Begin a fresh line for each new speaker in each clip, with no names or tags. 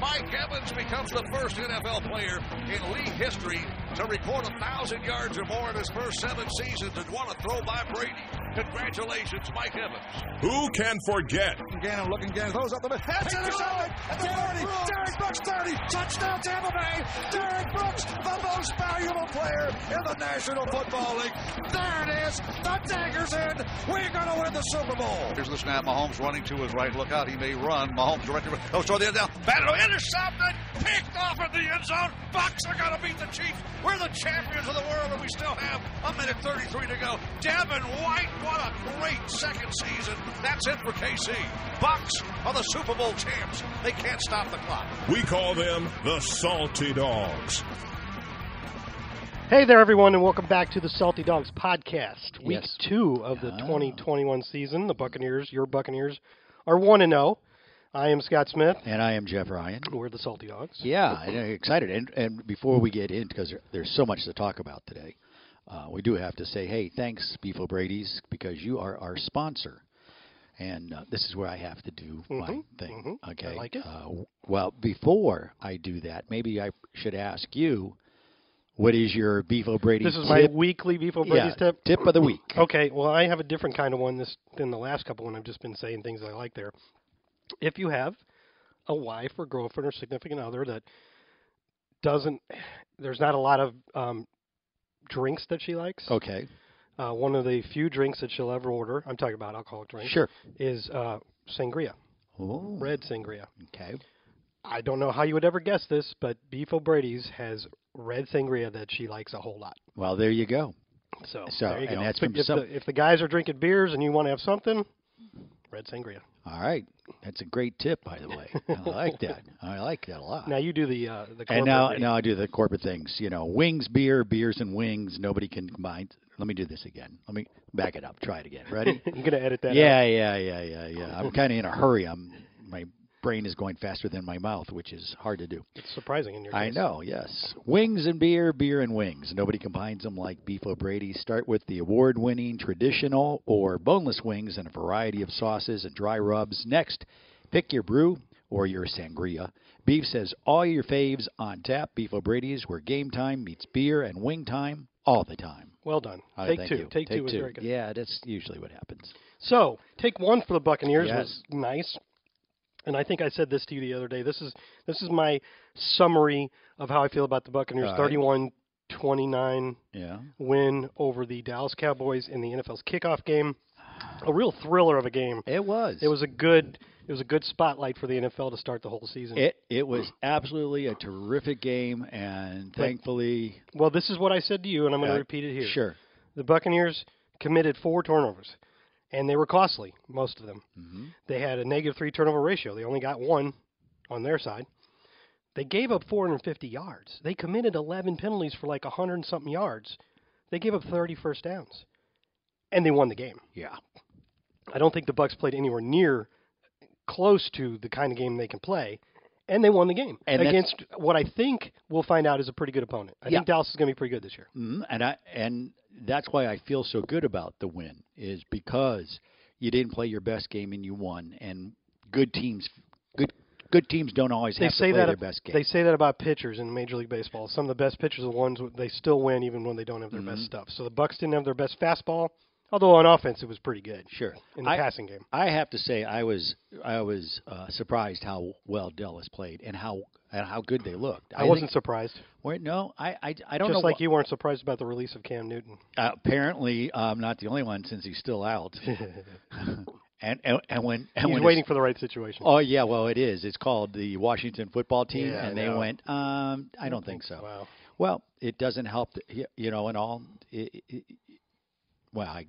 Mike Evans becomes the first NFL player in league history to record 1,000 yards or more in his first seven seasons and want to throw by Brady. Congratulations, Mike Evans.
who can forget?
Gannon looking, Gannon throws up the middle. That's intercepted at the 30. Derek Brooks, 30. Touchdown, Tampa Bay. Derek Brooks, the most valuable player in the National Football League. There it is. The dagger's in. We're going to win the Super Bowl. Here's the snap. Mahomes running to his right. Look out. He may run. Mahomes directly. Oh, throw the end down. Battle intercepted. Picked off in the end zone. Bucks are going to beat the Chiefs. We're the champions of the world, and we still have a minute 33 to go. Devin White, what a great second season. That's it for KC. Bucks are the Super Bowl champs. They can't stop the clock.
We call them the Salty Dogs.
Hey there, everyone, and welcome back to the Salty Dogs podcast. Week
Yes. Ah.
two of the 2021 season. The Buccaneers, your Buccaneers, are 1 and 0. I am Scott Smith.
And I am Jeff Ryan.
We're the Salty Dogs.
Yeah, and I'm excited. And, and before we get in, because there, there's so much to talk about today, uh, we do have to say, hey, thanks, Beefo Brady's, because you are our sponsor. And uh, this is where I have to do my thing.
mhm. I
Okay.
like it.
Uh, w- well, before I do that, maybe I should ask you, what is your Beefo Brady's?
This is my
tip?
weekly Beef O'Brady's
yeah,
tip.
tip of the week.
Okay, well, I have a different kind of one this than the last couple, and I've just been saying things I like there. If you have a wife or girlfriend or significant other that doesn't, there's not a lot of um, drinks that she likes.
Okay.
Uh, one of the few drinks that she'll ever order, I'm talking about alcoholic drinks,
Sure.
is uh, sangria,
Oh,
red sangria.
Okay.
I don't know how you would ever guess this, but Beef O'Brady's has red sangria that she likes a whole lot.
Well, there you go.
So,
So,
there you
and
go.
that's
if,
from
if
some-
the, if the guys are drinking beers and you want to have something, red sangria.
All right. That's a great tip, by the way. I like that. I like that a lot.
Now you do the uh, the
and
corporate
now,
rate.
now I do the corporate things. You know, wings, beer, beers, and wings. Nobody can combine. Let me do this again. Let me back it up. Try it again. Ready?
I'm gonna edit that. out.
yeah, yeah, yeah, yeah, yeah. I'm kind of in a hurry. I'm my brain is going faster than my mouth, which is hard to do.
it's surprising in your
I
case.
know. Yes, wings and beer, beer and wings. Nobody combines them like Beef O'Brady. Start with the award-winning traditional or boneless wings and a variety of sauces and dry rubs. Next, pick your brew or your sangria. Beef says all your faves on tap. Beef O'Brady's, where game time meets beer and wing time all the time.
Well done.
All
take
right, Oh, thank
two.
you.
Take, two was very good.
Yeah, that's usually what happens.
So take one for the Buccaneers was
Yes.
nice, and I think I said this to you the other day. This is this is my summary of how I feel about the Buccaneers'
All right.
31 29
Yeah.
win over the Dallas Cowboys in the NFL's kickoff game. A real thriller of a game.
It was.
It was a good it was a good spotlight for the NFL to start the whole season.
It it was absolutely a terrific game, and thankfully,
well, this is what I said to you, and I'm going to
Uh,
repeat it here.
sure.
The Buccaneers committed four turnovers, and they were costly, most of them.
Mm-hmm.
They had a negative three turnover ratio. They only got one on their side. They gave up 450 yards. They committed 11 penalties for like 100 and something yards. They gave up 30 first downs, and they won the game.
Yeah.
I don't think the Bucks played anywhere near close to the kind of game they can play, and they won the game
And that's-
against what I think we'll find out is a pretty good opponent. I
Yeah.
think Dallas is going to be pretty good this year.
Mhm, And I and that's why I feel so good about the win is because you didn't play your best game and you won. And good teams, good good teams don't always
They
have
say
to play
that
their
ab-
best game.
They say that about pitchers in Major League Baseball. Some of the best pitchers are the ones who- they still win even when they don't have
Mm-hmm.
their best stuff. So the Bucks didn't have their best fastball, although on offense it was pretty good
sure.
in the
I,
passing game.
I have to say I was I was uh, surprised how well Dallas played and how and how good they looked.
I,
think-
wasn't surprised,
Wait, no, I I, I don't know.
just like
wh-
you weren't surprised about the release of Cam Newton.
Uh, apparently, I'm not the only one since he's still out. and, and and when and
He's
when
waiting for the right situation.
Oh yeah, well it is. It's called the Washington Football Team,
Yeah, I
and they
know.
went. Um, I don't think so.
Wow.
Well, it doesn't help. that he- You know, and all. It, it, well, I,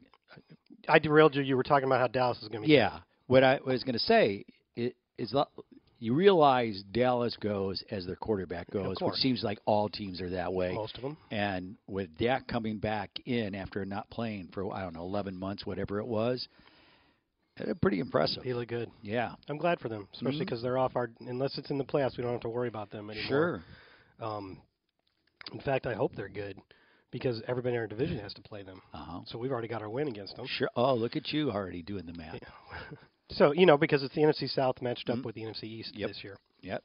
I derailed you. You were talking about how Dallas is going to be.
yeah. What I was going to say i- is, that you realize Dallas goes as their quarterback goes, which
course. Oh.
seems like all teams are that way.
Most of them.
And with Dak coming back in after not playing for I don't know eleven months, whatever it was, eh, pretty impressive.
They look good.
Yeah,
I'm glad for them, especially
Mm-hmm.
because they're off our. Unless it's in the playoffs, we don't have to worry about them anymore.
sure.
Um, in fact, I hope they're good because everybody in our division has to play them.
Uh huh.
So we've already got our win against them.
Sure. Oh, look at you already doing the math.
So you know because it's the NFC South matched up with the NFC East
Mm-hmm. Yep.
this year.
Yep.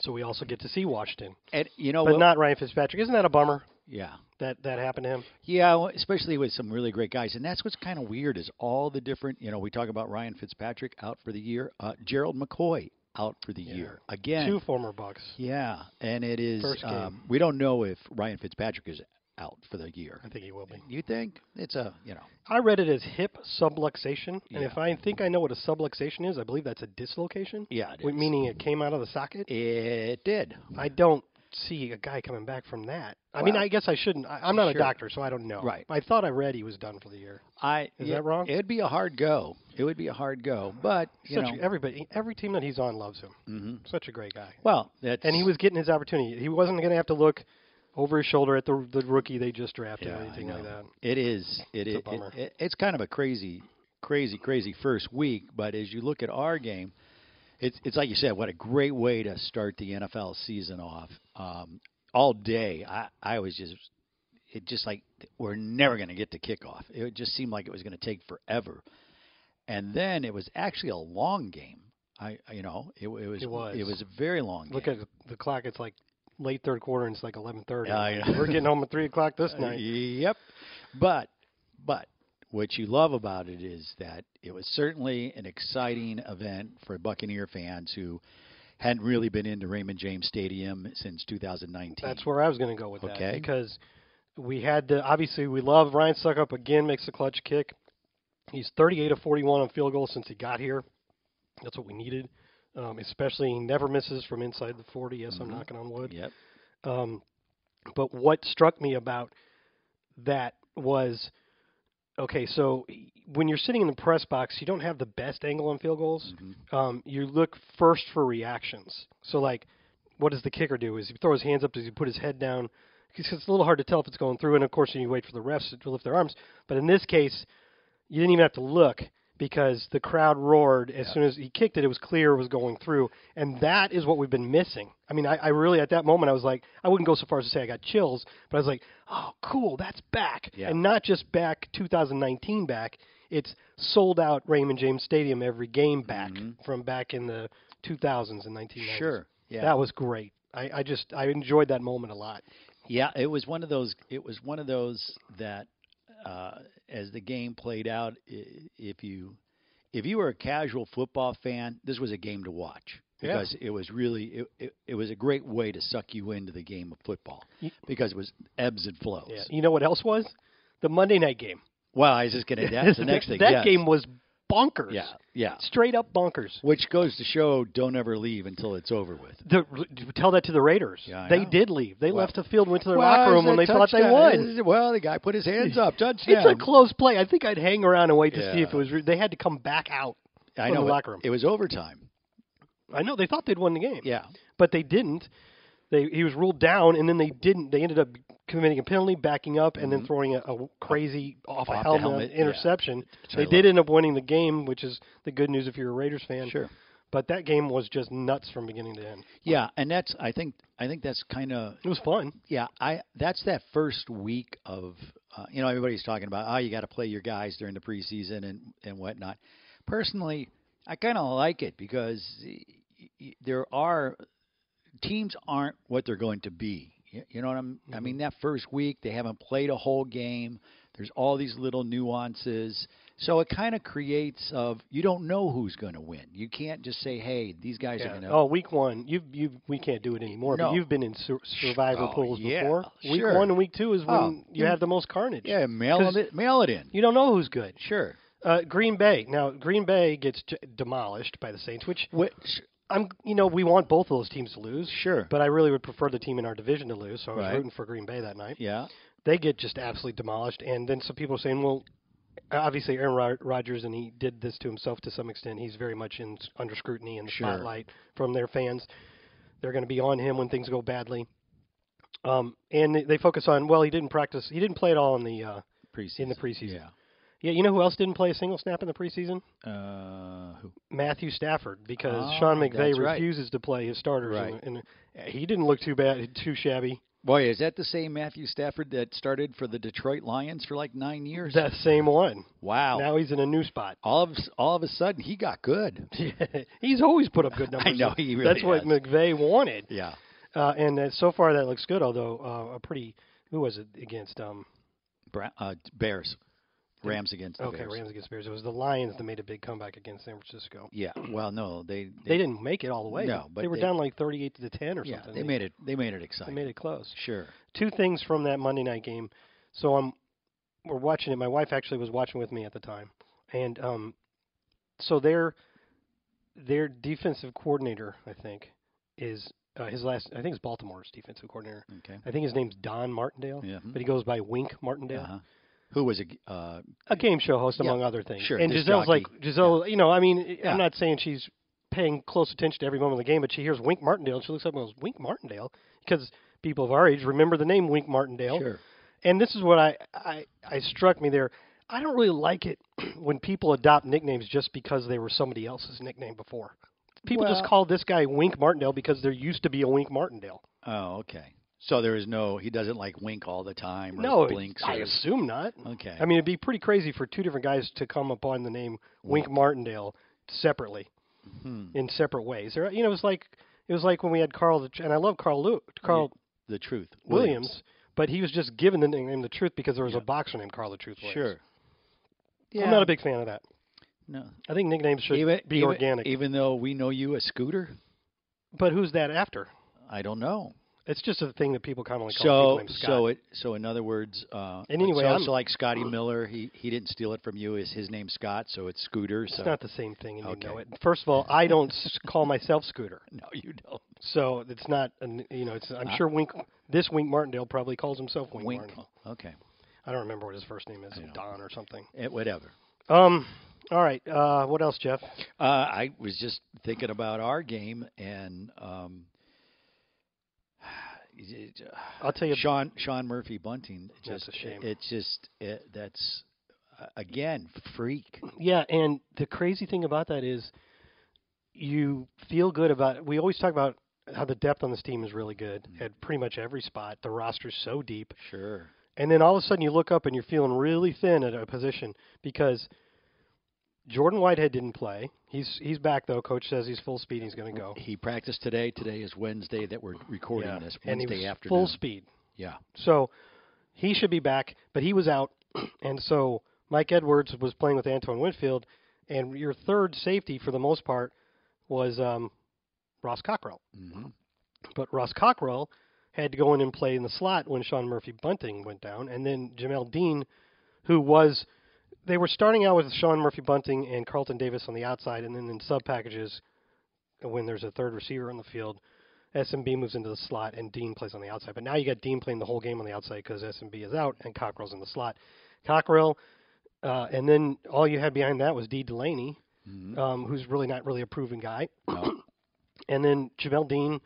So we also get to see Washington,
And you know
but
what?
not Ryan Fitzpatrick. Isn't that a bummer
yeah.
that that happened to him?
Yeah, well, especially with some really great guys, and that's what's kind of weird is all the different. You know, we talk about Ryan Fitzpatrick out for the year, uh, Gerald McCoy out for the year again.
Two former Bucks.
Yeah, and it is.
First game.
Um, we don't know if Ryan Fitzpatrick is out for the year.
I think he will be.
You think it's a you know?
I read it as hip subluxation,
Yeah.
and if I think I know what a subluxation is, I believe that's a dislocation.
Yeah, it
Wait,
is.
meaning it came out of the socket.
It did.
I don't see a guy coming back from that. I mean,
Well,
I guess I shouldn't. I, I'm not
sure.
a doctor, so I don't know.
Right.
I thought I read he was done for the year.
I
Is
yeah,
that wrong?
It'd be a hard go. It would be a hard go, but you
Such
know.
everybody, every team that he's on loves him.
hmm
Such a great guy.
Well, that's
And he was getting his opportunity. He wasn't going to have to look over his shoulder at the the rookie they just drafted
Yeah,
or
I
anything like
know.
that.
It is. It
It's a
is.
bummer.
It, it, it's kind of a crazy, crazy, crazy first week. But as you look at our game, it's it's like you said. What a great way to start the NFL season off. Um, all day, I I was just it just like we're never going to get to kickoff. It just seemed like it was going to take forever. And then it was actually a long game. I I- you know it, it was
It was.
a very long
Look
game.
at the clock. It's like late third quarter, and it's like 11:30.
Yeah, yeah.
We're getting home at three o'clock this
Uh,
night.
Yep. But but what you love about it is that it was certainly an exciting event for Buccaneer fans who hadn't really been into Raymond James Stadium since 2019.
That's where I was going to go with
Okay.
that because we had the obviously we love Ryan Suckup again makes the clutch kick. He's 38 of 41 on field goals since he got here. That's what we needed. Um, especially he never misses from inside the 40. Yes, I'm knocking on wood.
Yep.
Um, but what struck me about that was okay, so when you're sitting in the press box, you don't have the best angle on field goals. Um, you look first for reactions. So, like, what does the kicker do? Is he throw his hands up? Does he put his head down? 'Cause it's a little hard to tell if it's going through. And of course, you wait for the refs to lift their arms. But in this case, you didn't even have to look because the crowd roared as soon as he kicked it. It was clear it was going through, and that is what we've been missing. I mean, I, I really at that moment I was like, I wouldn't go so far as to say I got chills, but I was like, oh, cool, that's back,
Yeah.
and not just back 2019 back. It's sold out Raymond James Stadium every game back from back in the 2000s and 1990s.
Mm-hmm. Sure. Yeah.
that was great. I, I just I enjoyed that moment a lot.
Yeah, it was one of those. It was one of those that, uh, as the game played out, i- if you if you were a casual football fan, this was a game to watch
Yeah.
because it was really it, it, it was a great way to suck you into the game of football
Ye-
because it was ebbs and flows.
Yeah. You know what else was the Monday night game.
Well, I was just gonna. That's the next thing.
that
yes.
game was bonkers.
Yeah, yeah.
straight up bonkers.
Which goes to show, don't ever leave until it's over with.
The, tell that to the Raiders.
Yeah, I
they
know.
did leave. They
Well-
left the field, went to their
Well,
locker room
it's
when
a
they thought they
touchdown.
won.
Well, the guy put his hands up. Touchdown.
It's a close play. I think I'd hang around and wait to see if it
Yeah.
was. Re- they had to come back out.
I
from
know.
the
but
locker room.
It was overtime.
I know they thought they'd won the game.
Yeah.
but they didn't. They he was ruled down, and then they didn't. They ended up committing a penalty, backing up, and then throwing a, a crazy off,
Mm-hmm. Off
a
the
helmet,
helmet, yeah.
interception.
That's
They
right.
did end up winning the game, which is the good news if you're a Raiders fan.
Sure.
But that game was just nuts from beginning to end.
Yeah, and that's I think I think that's kind of
It was fun.
yeah I that's that first week of uh, you know everybody's talking about oh you got to play your guys during the preseason and and whatnot. Personally, I kind of like it because y- y- there are teams aren't what they're going to be. Y- You know what I'm? I mean that first week they haven't played a whole game. There's all these little nuances. So it kind of creates of you don't know who's going to win. You can't just say, "Hey, these guys are
Yeah.
going to
Oh, week one, you you we can't do it anymore.
No.
But you've been in sur- survival
Oh,
pools
yeah,
before. Week
sure.
one and week two is when
Oh,
you
you-
have the most carnage.
Yeah, mail
'Cause
it, mail it in.
You don't know who's good.
Sure.
Uh, Green Bay. Now Green Bay gets j- demolished by the Saints, which I'm you know we want both of those teams to lose.
Sure.
But I really would prefer the team in our division to lose. So I was
Right.
rooting for Green Bay that night.
yeah.
They get just absolutely demolished, and then some people are saying, well, obviously Aaron Rod- Rodgers, and he did this to himself to some extent. He's very much in under scrutiny and the
Sure.
spotlight from their fans. They're going to be on him when things go badly. Um, and they- they focus on well, he didn't practice, he didn't play at all in the uh,
Preseason.
in the preseason. Yeah, you know who else didn't play a single snap in the preseason?
Yeah. Uh, who?
Matthew Stafford, because
Oh,
Sean McVay
that's right.
refuses to play his starters,
Right.
and, and he didn't look too bad, too shabby.
Boy, is that the same Matthew Stafford that started for the Detroit Lions for like nine years?
That same one.
wow.
Now he's in a new spot.
all of all of a sudden, he got good.
he's always put up good numbers.
know, he really
That's what
has.
McVay wanted.
Yeah.
Uh, and uh, so far that looks good, although uh, a pretty who was it against? Um,
Bra- uh, Bears, Rams against the
okay,
Bears.
Rams against Bears. It was the Lions that made a big comeback against San Francisco.
Yeah. Well, no, they
They didn't make it all the way.
No, but
they were
they-
down like thirty-eight to ten or
Yeah,
something.
they made it. They made it exciting.
They made it close.
Sure.
Two things from that Monday night game. So I'm we're watching it. My wife actually was watching with me at the time, and um, so their their defensive coordinator, I think, is uh, his last. I think it's Baltimore's defensive coordinator.
Okay.
I think his name's Don Martindale,
Yeah.
but he goes by Wink Martindale.
Mm-hmm. Uh-huh. Who was a uh,
a game show host
Yeah,
among other things.
sure,
And
disc
Giselle's
jockey.
like Giselle, you know, I mean,
Yeah.
I'm not saying she's paying close attention to every moment of the game, but she hears Wink Martindale and she looks up and goes, "Wink Martindale," because people of our age remember the name Wink Martindale.
Sure.
And this is what I I, I struck me there. I don't really like it when people adopt nicknames just because they were somebody else's nickname before. People just
Well-
call this guy Wink Martindale because there used to be a Wink Martindale.
Oh, okay. So there is no. He doesn't like wink all the time. Or
No,
blinks.
I
or-
assume not.
Okay.
I mean, it'd be pretty crazy for two different guys to come upon the name Wink Martindale separately,
Hmm.
in separate ways. There, you know, it was like it was like when we had Carl, the, and I love Carl Lu- Carl
the truth.
Williams, but he was just given the nickname the Truth because there was a boxer named Carl the Truth. Williams.
Sure.
I'm not a big fan of that.
No.
I think nicknames should
even,
be
even-
organic.
Even though we know you as Scooter,
but who's that after?
I don't know.
It's just a thing that people commonly call people
So
named Scott.
so it so in other words, uh,
And anyway,
so,
I'm-
so like Scotty Miller, he he didn't steal it from you. Is his name Scott? So it's Scooter. So
it's not the same thing, and
Okay.
you know it. First of all, I don't s- call myself Scooter.
no, you don't.
So it's not, an, you know, it's. I'm sure Wink. This Wink Martindale probably calls himself Wink,
Ah. Wink.
Martindale.
Okay.
I don't remember what his first name is, Don or something.
Eh, whatever.
Um, all right. Uh, what else, Jeff?
Uh, I was just thinking about our game and um, uh,
I'll tell you.
Sean Sean Murphy Bunting. it
That's
Just,
a shame.
It's just it, that's uh, again freak.
Yeah, and the crazy thing about that is, you feel good about. We always talk about how the depth on this team is really good
Mm-hmm.
at pretty much every spot. The roster's so deep,
Sure.
and then all of a sudden you look up and you're feeling really thin at a position because. Jordan Whitehead didn't play. He's he's back though. Coach says he's full speed. He's going to go.
He practiced today. Today is Wednesday that we're recording this.
and he was
Wednesday afternoon.
full speed.
Yeah.
So he should be back, but he was out, and so Mike Edwards was playing with Antoine Winfield, and your third safety for the most part was um, Ross Cockrell.
Mhm.
But Ross Cockrell had to go in and play in the slot when Sean Murphy Bunting went down, and then Jamel Dean, who was they were starting out with Sean Murphy Bunting and Carlton Davis on the outside, and then in sub packages when there's a third receiver on the field. SMB moves into the slot and Dean plays on the outside. But now you got Dean playing the whole game on the outside because SMB is out and Cockrell's in the slot. Cockrell, uh, and then all you had behind that was D Delaney,
Mm-hmm.
um, who's really not really a proven guy. and then Jamel Dean,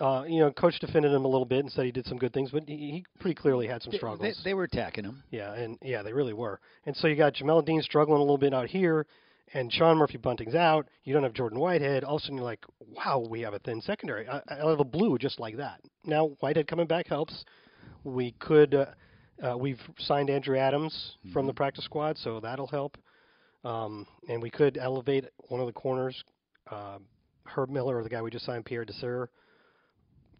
uh, you know, coach defended him a little bit and said he did some good things, but he, he pretty clearly had some
They-
struggles.
They, they were attacking him.
Yeah, and yeah, they really were. And so you got Jamel Dean struggling a little bit out here, and Sean Murphy Bunting's out. You don't have Jordan Whitehead. All of a sudden, you're like, wow, we have a thin secondary I out of the blue, just like that. Now Whitehead coming back helps. We could, uh, uh, we've signed Andrew Adams from
Mm-hmm.
the practice squad, so that'll help. Um, and we could elevate one of the corners, uh, Herb Miller or the guy we just signed, Pierre Desir,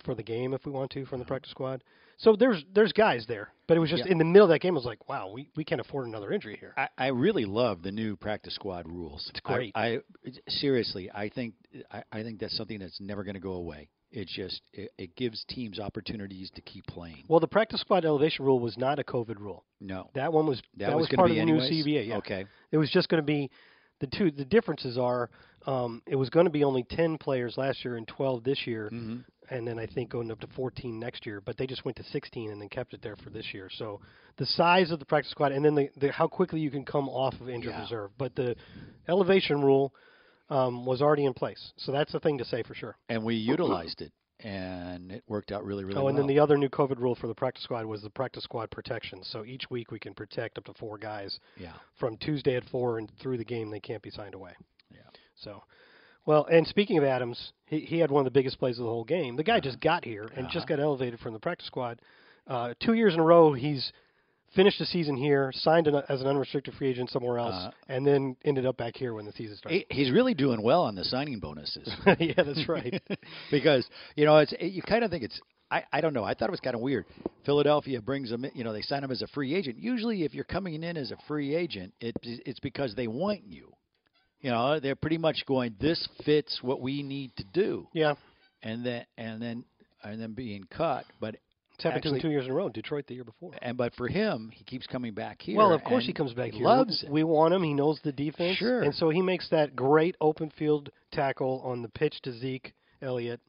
for the game if we want to from the practice squad. So there's there's guys there, but it was just
Uh-huh. Yeah.
in the middle of that game. I was like, wow, we, we can't afford another injury here.
I, I really love the new practice squad rules. It's
great.
I, it's- seriously, I think I, I think that's something that's never going to go away. It just it, it gives teams opportunities to keep playing.
Well, the practice squad elevation rule was not a COVID rule.
No,
That one was
that,
that,
was, going
part
to be
of the
anyways?
new CBA. Yeah.
Okay,
It was just going to be The two the differences are um, it was going to be only ten players last year and twelve this year,
Mm-hmm.
and then I think going up to fourteen next year. But they just went to sixteen and then kept it there for this year. So the size of the practice squad and then the, the how quickly you can come off of injured
Yeah.
reserve. But the elevation rule um, was already in place, so that's the thing to say for sure.
and we utilized it, and it worked out really, really
Oh, and
well.
then the other new COVID rule for the practice squad was the practice squad protection. So each week we can protect up to four guys
yeah,
from Tuesday at four and through the game. They can't be signed away.
Yeah.
So, well, and speaking of Adams, he, he had one of the biggest plays of the whole game. The guy just got here and
Uh-huh.
just got elevated from the practice squad. Uh, two years in a row, he's finished the season here, signed an, as an unrestricted free agent somewhere else,
Uh-huh.
and then ended up back here when the season started.
He- he's really doing well on the signing bonuses.
yeah, that's right.
because you know it's you kind of think it's I, I don't know I thought it was kind of weird. Philadelphia brings him in- you know they sign him as a free agent. Usually if you're coming in as a free agent it it's because they want you. You know they're pretty much going this fits what we need to do
yeah,
and then and then and then being cut but
it's happened to
Actually-
him two years in a row. Detroit the year before.
and but for him he keeps coming back here.
Well, of course
and
he comes back
he
here.
Loves it.
We want him. He knows the defense.
Sure.
And so he makes that great open field tackle on the pitch to Zeke Elliott.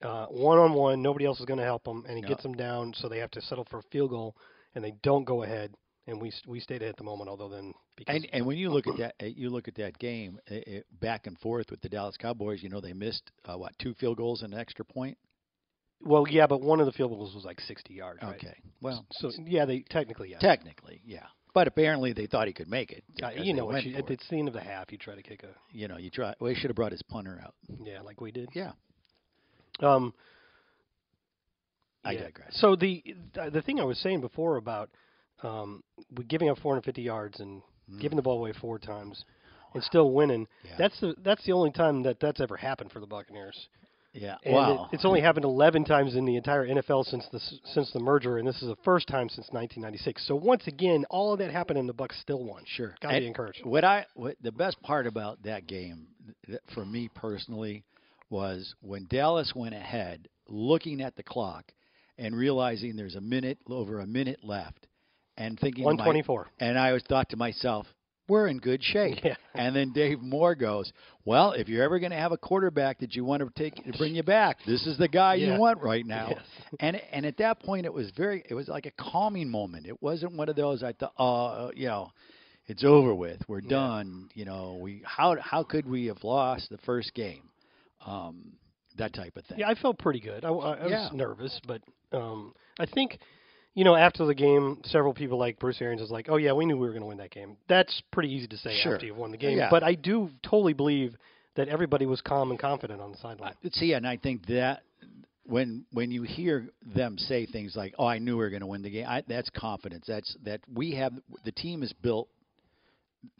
One on one, nobody else is going to help him, and he
Yeah.
gets him down. So they have to settle for a field goal, and they don't go ahead. And we we stayed at the moment, although then because
And and when you look at that, uh, you look at that game i i back and forth with the Dallas Cowboys. You know they missed uh, what two field goals and an extra point.
well, yeah, but one of the field goals was like sixty yards. right?
Okay, well,
So yeah, they technically yeah.
technically, yeah, but apparently they thought he could make it.
Uh,
because
you
they
know, what
went
you,
for
at the
it.
end of the half, you try to kick a
you know, you try. Well, he should have brought his punter out.
yeah, like we did.
Yeah,
Um,
I
Yeah.
digress.
So the th- the thing I was saying before about um, we giving up 450 yards and giving the ball away four times and still winning.
Mm-hmm. Mm. Yeah.
That's the that's the only time that that's ever happened for the Buccaneers.
Yeah,
And it-
wow.
it's only happened 11 times in the entire NFL since the s- since the merger, and this is the first time since 1996. So once again, all of that happened, and the Bucks still won.
Sure.
gotta
And
be encouraged.
What I what the best part about that game th- th- for me personally was when Dallas went ahead, looking at the clock and realizing there's a minute over a minute left, and thinking to my-
124.
and I always thought to myself, we're in good shape.
Yeah.
And then Dave Moore goes, well, if you're ever going to have a quarterback that you want to take to bring you back, this is the guy
Yeah.
you want right now.
Yes.
And and at that point, it was very it was like a calming moment. It wasn't one of those I thought, oh, you know, it's over with, we're done. You know, we how how could we have lost the first game? Um, that type of thing.
Yeah, I felt pretty good. I, w- I- I
Yeah.
was nervous, but um, I think, you know, after the game, several people like Bruce Arians was like, "Oh yeah, we knew we were going to win that game." That's pretty easy to say
Sure.
after you've won the game.
Yeah.
But I do totally believe that everybody was calm and confident on the sideline.
See, and I think that when when you hear them say things like, "Oh, I knew we were going to win the game," I, that's confidence. That's that we have the team is built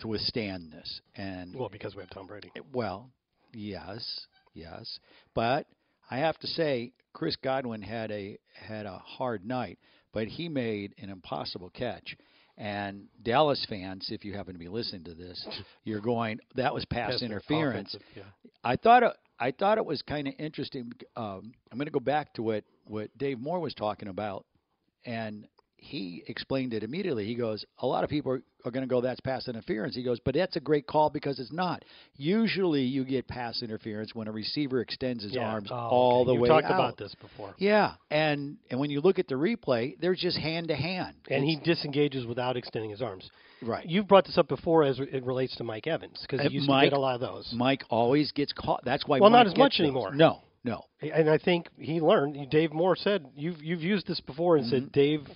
to withstand this. And
Well, because we have Tom Brady.
well, yes, yes, but I have to say, Chris Godwin had a had a hard night, but he made an impossible catch. And Dallas fans, if you happen to be listening to this, you're going, "That was pass
That's their
interference."
offensive- yeah.
I thought it, I thought it was kind of interesting. Um, I'm going to go back to what what Dave Moore was talking about, and he explained it immediately. He goes, a lot of people are, are going to go, that's pass interference. He goes, but that's a great call because it's not. Usually, you get pass interference when a receiver extends his
Yeah.
arms
Oh,
all
okay.
the
You've
way
talked
out.
about this before.
Yeah, and and when you look at the replay, there's just hand to hand.
And he disengages without extending his arms.
Right.
You've brought this up before as it relates to Mike Evans because
Uh,
he used
Mike-
to get a lot of those.
Mike always gets caught. That's why.
Well, not
Mike
as
gets
much
those.
anymore.
No, no.
and I think he learned. Dave Moore said you've you've used this before and
Mm-hmm.
said Dave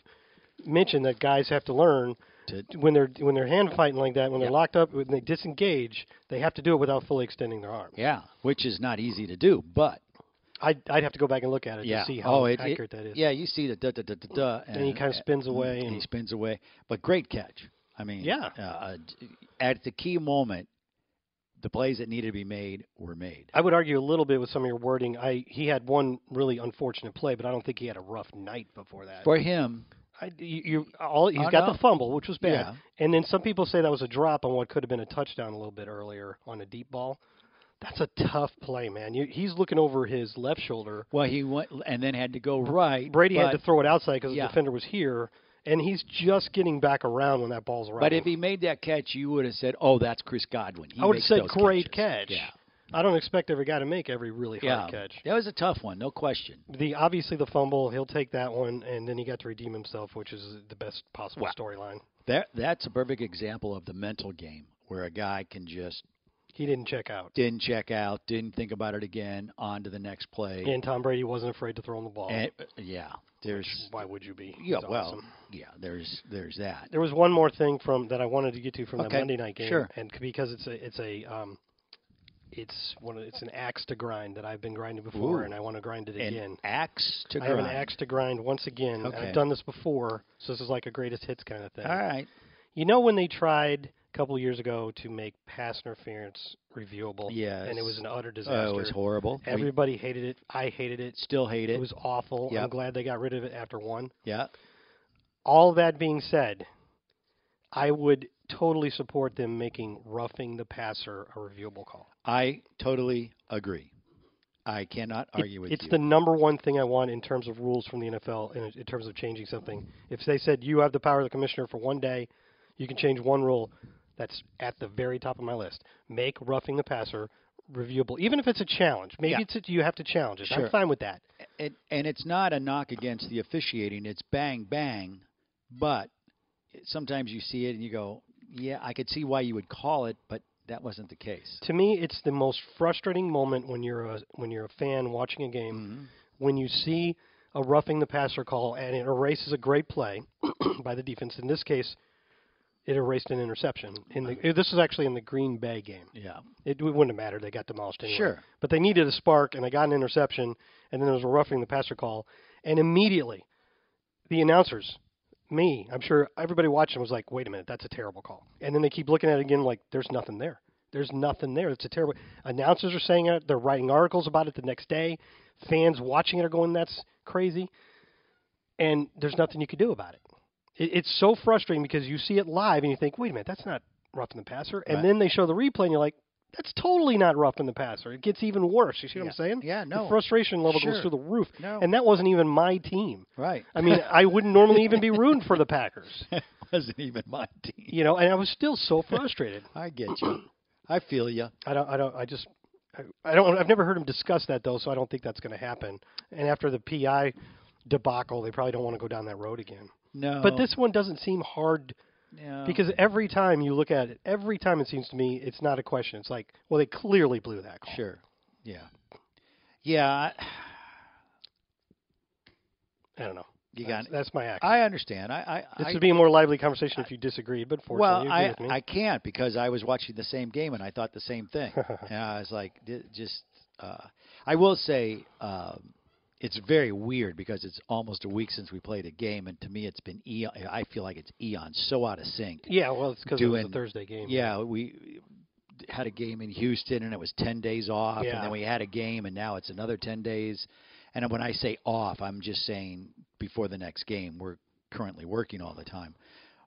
mentioned that guys have to learn
To-
when they're when they're hand fighting like that when they're
Yeah.
locked up when they disengage they have to do it without fully extending their arm.
Yeah, which is not easy to do, but
I'd I'd have to go back and look at it
yeah.
to see how
oh, it, it-
accurate that is.
Yeah, you see the da da da da da, and,
And he kinda spins away
And he
and-
spins away, but great catch. I mean,
Yeah.
uh, uh, at the key moment, the plays that needed to be made were made.
I would argue a little bit with some of your wording. I he had one really unfortunate play, but I don't think he had a rough night before that.
For him,
I, you, you all he's
Oh,
got
no.
the fumble, which was bad,
Yeah.
and then some people say that was a drop on what could have been a touchdown a little bit earlier on a deep ball. That's a tough play, man. You, he's looking over his left shoulder.
well, he went and then had to go right.
Brady
but-
had to throw it outside because
Yeah.
the defender was here, and he's just getting back around when that ball's around.
But
him.
if he made that catch, you would have said, "Oh, that's Chris Godwin." He
I would have
makes
said
those
great
catches."
catch. I don't expect every guy to make every really
Yeah,
hard
yeah.
catch.
That was a tough one, no question.
The obviously the fumble, he'll take that one, and then he got to redeem himself, which is the best possible
Wow.
storyline.
That that's a perfect example of the mental game where a guy can just
He didn't check out,
didn't check out, didn't think about it again, on to the next play.
and Tom Brady wasn't afraid to throw him the ball.
And- yeah, there's
Why would you be?
yeah,
He's
well,
awesome.
yeah, there's there's that.
There was one more thing from that I wanted to get to from
Okay,
that Monday night game,
sure.
and c- because it's a it's a um, it's one of, it's an axe to grind that I'i've been grinding before,
Ooh.
and I want to grind it
An
again.
axe to
I
grind.
have an axe to grind once again. and
Okay.
I've done this before, so this is like a greatest hits kind of thing.
All right.
You know when they tried a couple of years ago to make pass interference reviewable?
Yes.
And it was an utter
Oh,
disaster.
it was horrible. We
Everybody hated it. I hated it.
still hate it.
It was awful. I'm
Yep.
glad they got rid of it after one.
yeah.
All that being said, I would totally support them making roughing the passer a reviewable call.
I totally agree. I cannot
It-
argue with
it's
you.
the number one thing I want in terms of rules from the NFL in, in terms of changing something. If they said you have the power of the commissioner for one day, you can change one rule. That's at the very top of my list. Make roughing the passer reviewable, even if it's a challenge. Maybe
Yeah.
it's a, you have to challenge it.
Sure.
I'm fine with that.
and, and it's not a knock against the officiating. It's bang bang, but sometimes you see it and you go, "Yeah, I could see why you would call it, but that wasn't the case."
To me, it's the most frustrating moment when you're a when you're a fan watching a game when you see a roughing the passer call and it erases a great play by the defense. In this case, it erased an interception. In the this is actually in the Green Bay game.
Yeah.
It, wouldn't have mattered. They got demolished anyway.
Sure.
But they needed a spark, and they got an interception, and then there was a roughing the passer call. And immediately, the announcers, me, I'm sure everybody watching was like, wait a minute, that's a terrible call. And then they keep looking at it again like, there's nothing there. There's nothing there. It's a terrible. Announcers are saying it. They're writing articles about it the next day. Fans watching it are going, that's crazy. And there's nothing you can do about it. it it's so frustrating because you see it live and you think, wait a minute, that's not roughing the passer. And
Right.
then they show the replay and you're like, that's totally not roughing the passer. It gets even worse. You see what I'm saying?
Yeah, no.
The frustration level
Sure.
goes through the roof.
No.
And that wasn't even my team.
Right.
I mean, I wouldn't normally even be rooting for the Packers,
wasn't even my team.
you know, and I was still so frustrated.
I get you. I feel you.
I don't, I don't, I just, I, I don't, I've never heard him discuss that though, so I don't think that's going to happen. And after the PI debacle, they probably don't want to go down that road again.
No.
But this one doesn't seem hard
no.
because every time you look at it, every time it seems to me it's not a question. It's like, well, they clearly blew that call.
sure. Yeah. Yeah. I-
I don't know.
You
that's,
got
that's my act.
I understand. I. I,
This
I
would be a more lively conversation if you disagreed, but fortunately,
well,
you agree
I
with me.
I can't because I was watching the same game and I thought the same thing. and I was like, "Di- just. Uh, I will say, um, it's very weird because it's almost a week since we played a game, and to me, it's been eon. I feel like it's eon, so out of sync.
yeah, well, it's because it was a
doing-
Thursday game.
Yeah, we had a game in Houston and it was 10 days off and
Yeah.
then we had a game and now it's another 10 days. And when I say off, I'm just saying before the next game. We're currently working all the time.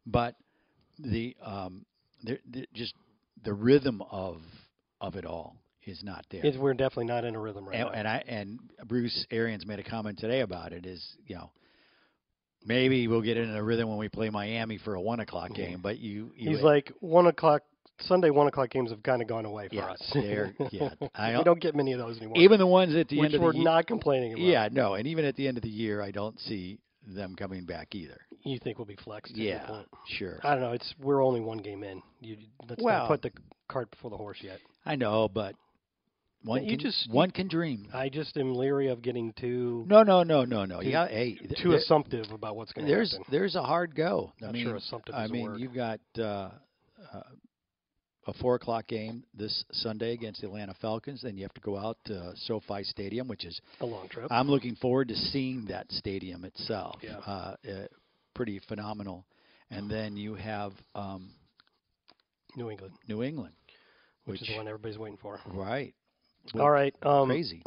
But the um the, the just the rhythm of of it all is not there.
It's, we're definitely not in a rhythm right
and,
now.
and I and Bruce Arians made a comment today about it is, you know, maybe we'll get in a rhythm when we play Miami for a one o'clock game, but you, you
Mm-hmm. He's like one o'clock Sunday. One o'clock games have kind of gone away for
Yeah,
us.
they're- yeah, I
we don't get many of those anymore.
even the ones at the
which
end of
we're
the ye-
not complaining about.
yeah no and even at the end of the year i don't see them coming back either
you think we'll be flexed? at that
yeah
point.
sure
I don't know. It's we're only one game in. You let's
Well-
not put the cart before the horse yet.
i know but one
you
can,
just-
one can dream
I just am leery of getting too
no no no no no yeah hey th-
too
there-
assumptive about what's going to
there's
happen.
there's a hard go i
Not
mean
sure assumptive
i
is a
mean
word.
you've got uh, uh, a four o'clock game this sunday against the atlanta falcons then you have to go out to sofi stadium which is
A long trip.
I'm looking forward to seeing that stadium itself.
Yeah.
Uh, uh, pretty phenomenal. And then you have um,
New England,
New England,
which,
which,
is the one everybody's waiting for.
right,
all right. Um,
crazy.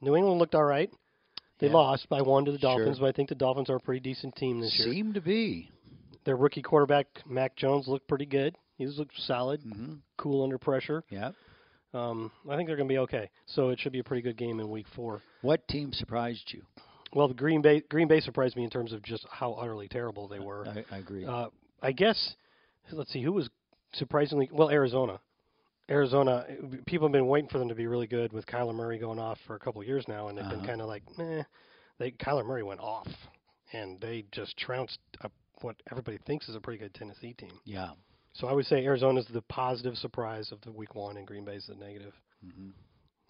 New England looked all right. They
Yeah.
lost by one to the
Sure.
Dolphins, but I think the Dolphins are a pretty decent team this year.
Seem to be.
Their rookie quarterback Mac Jones looked pretty good. He was looked solid,
hmm
cool under pressure.
Yeah.
Um, I think they're going to be okay. So it should be a pretty good game in Week Four.
What team surprised you?
Well, the Green Bay Green Bay surprised me in terms of just how utterly terrible they were.
I, I agree.
Uh, I guess let's see who was surprisingly well Arizona. Arizona people have been waiting for them to be really good with Kyler Murray going off for a couple of years now, and they've been
Uh-huh.
kind of like, eh. They Kyler Murray went off, and they just trounced up what everybody thinks is a pretty good Tennessee team.
yeah.
So I would say Arizona's the positive surprise of the week one, and Green Bay's the negative.
hmm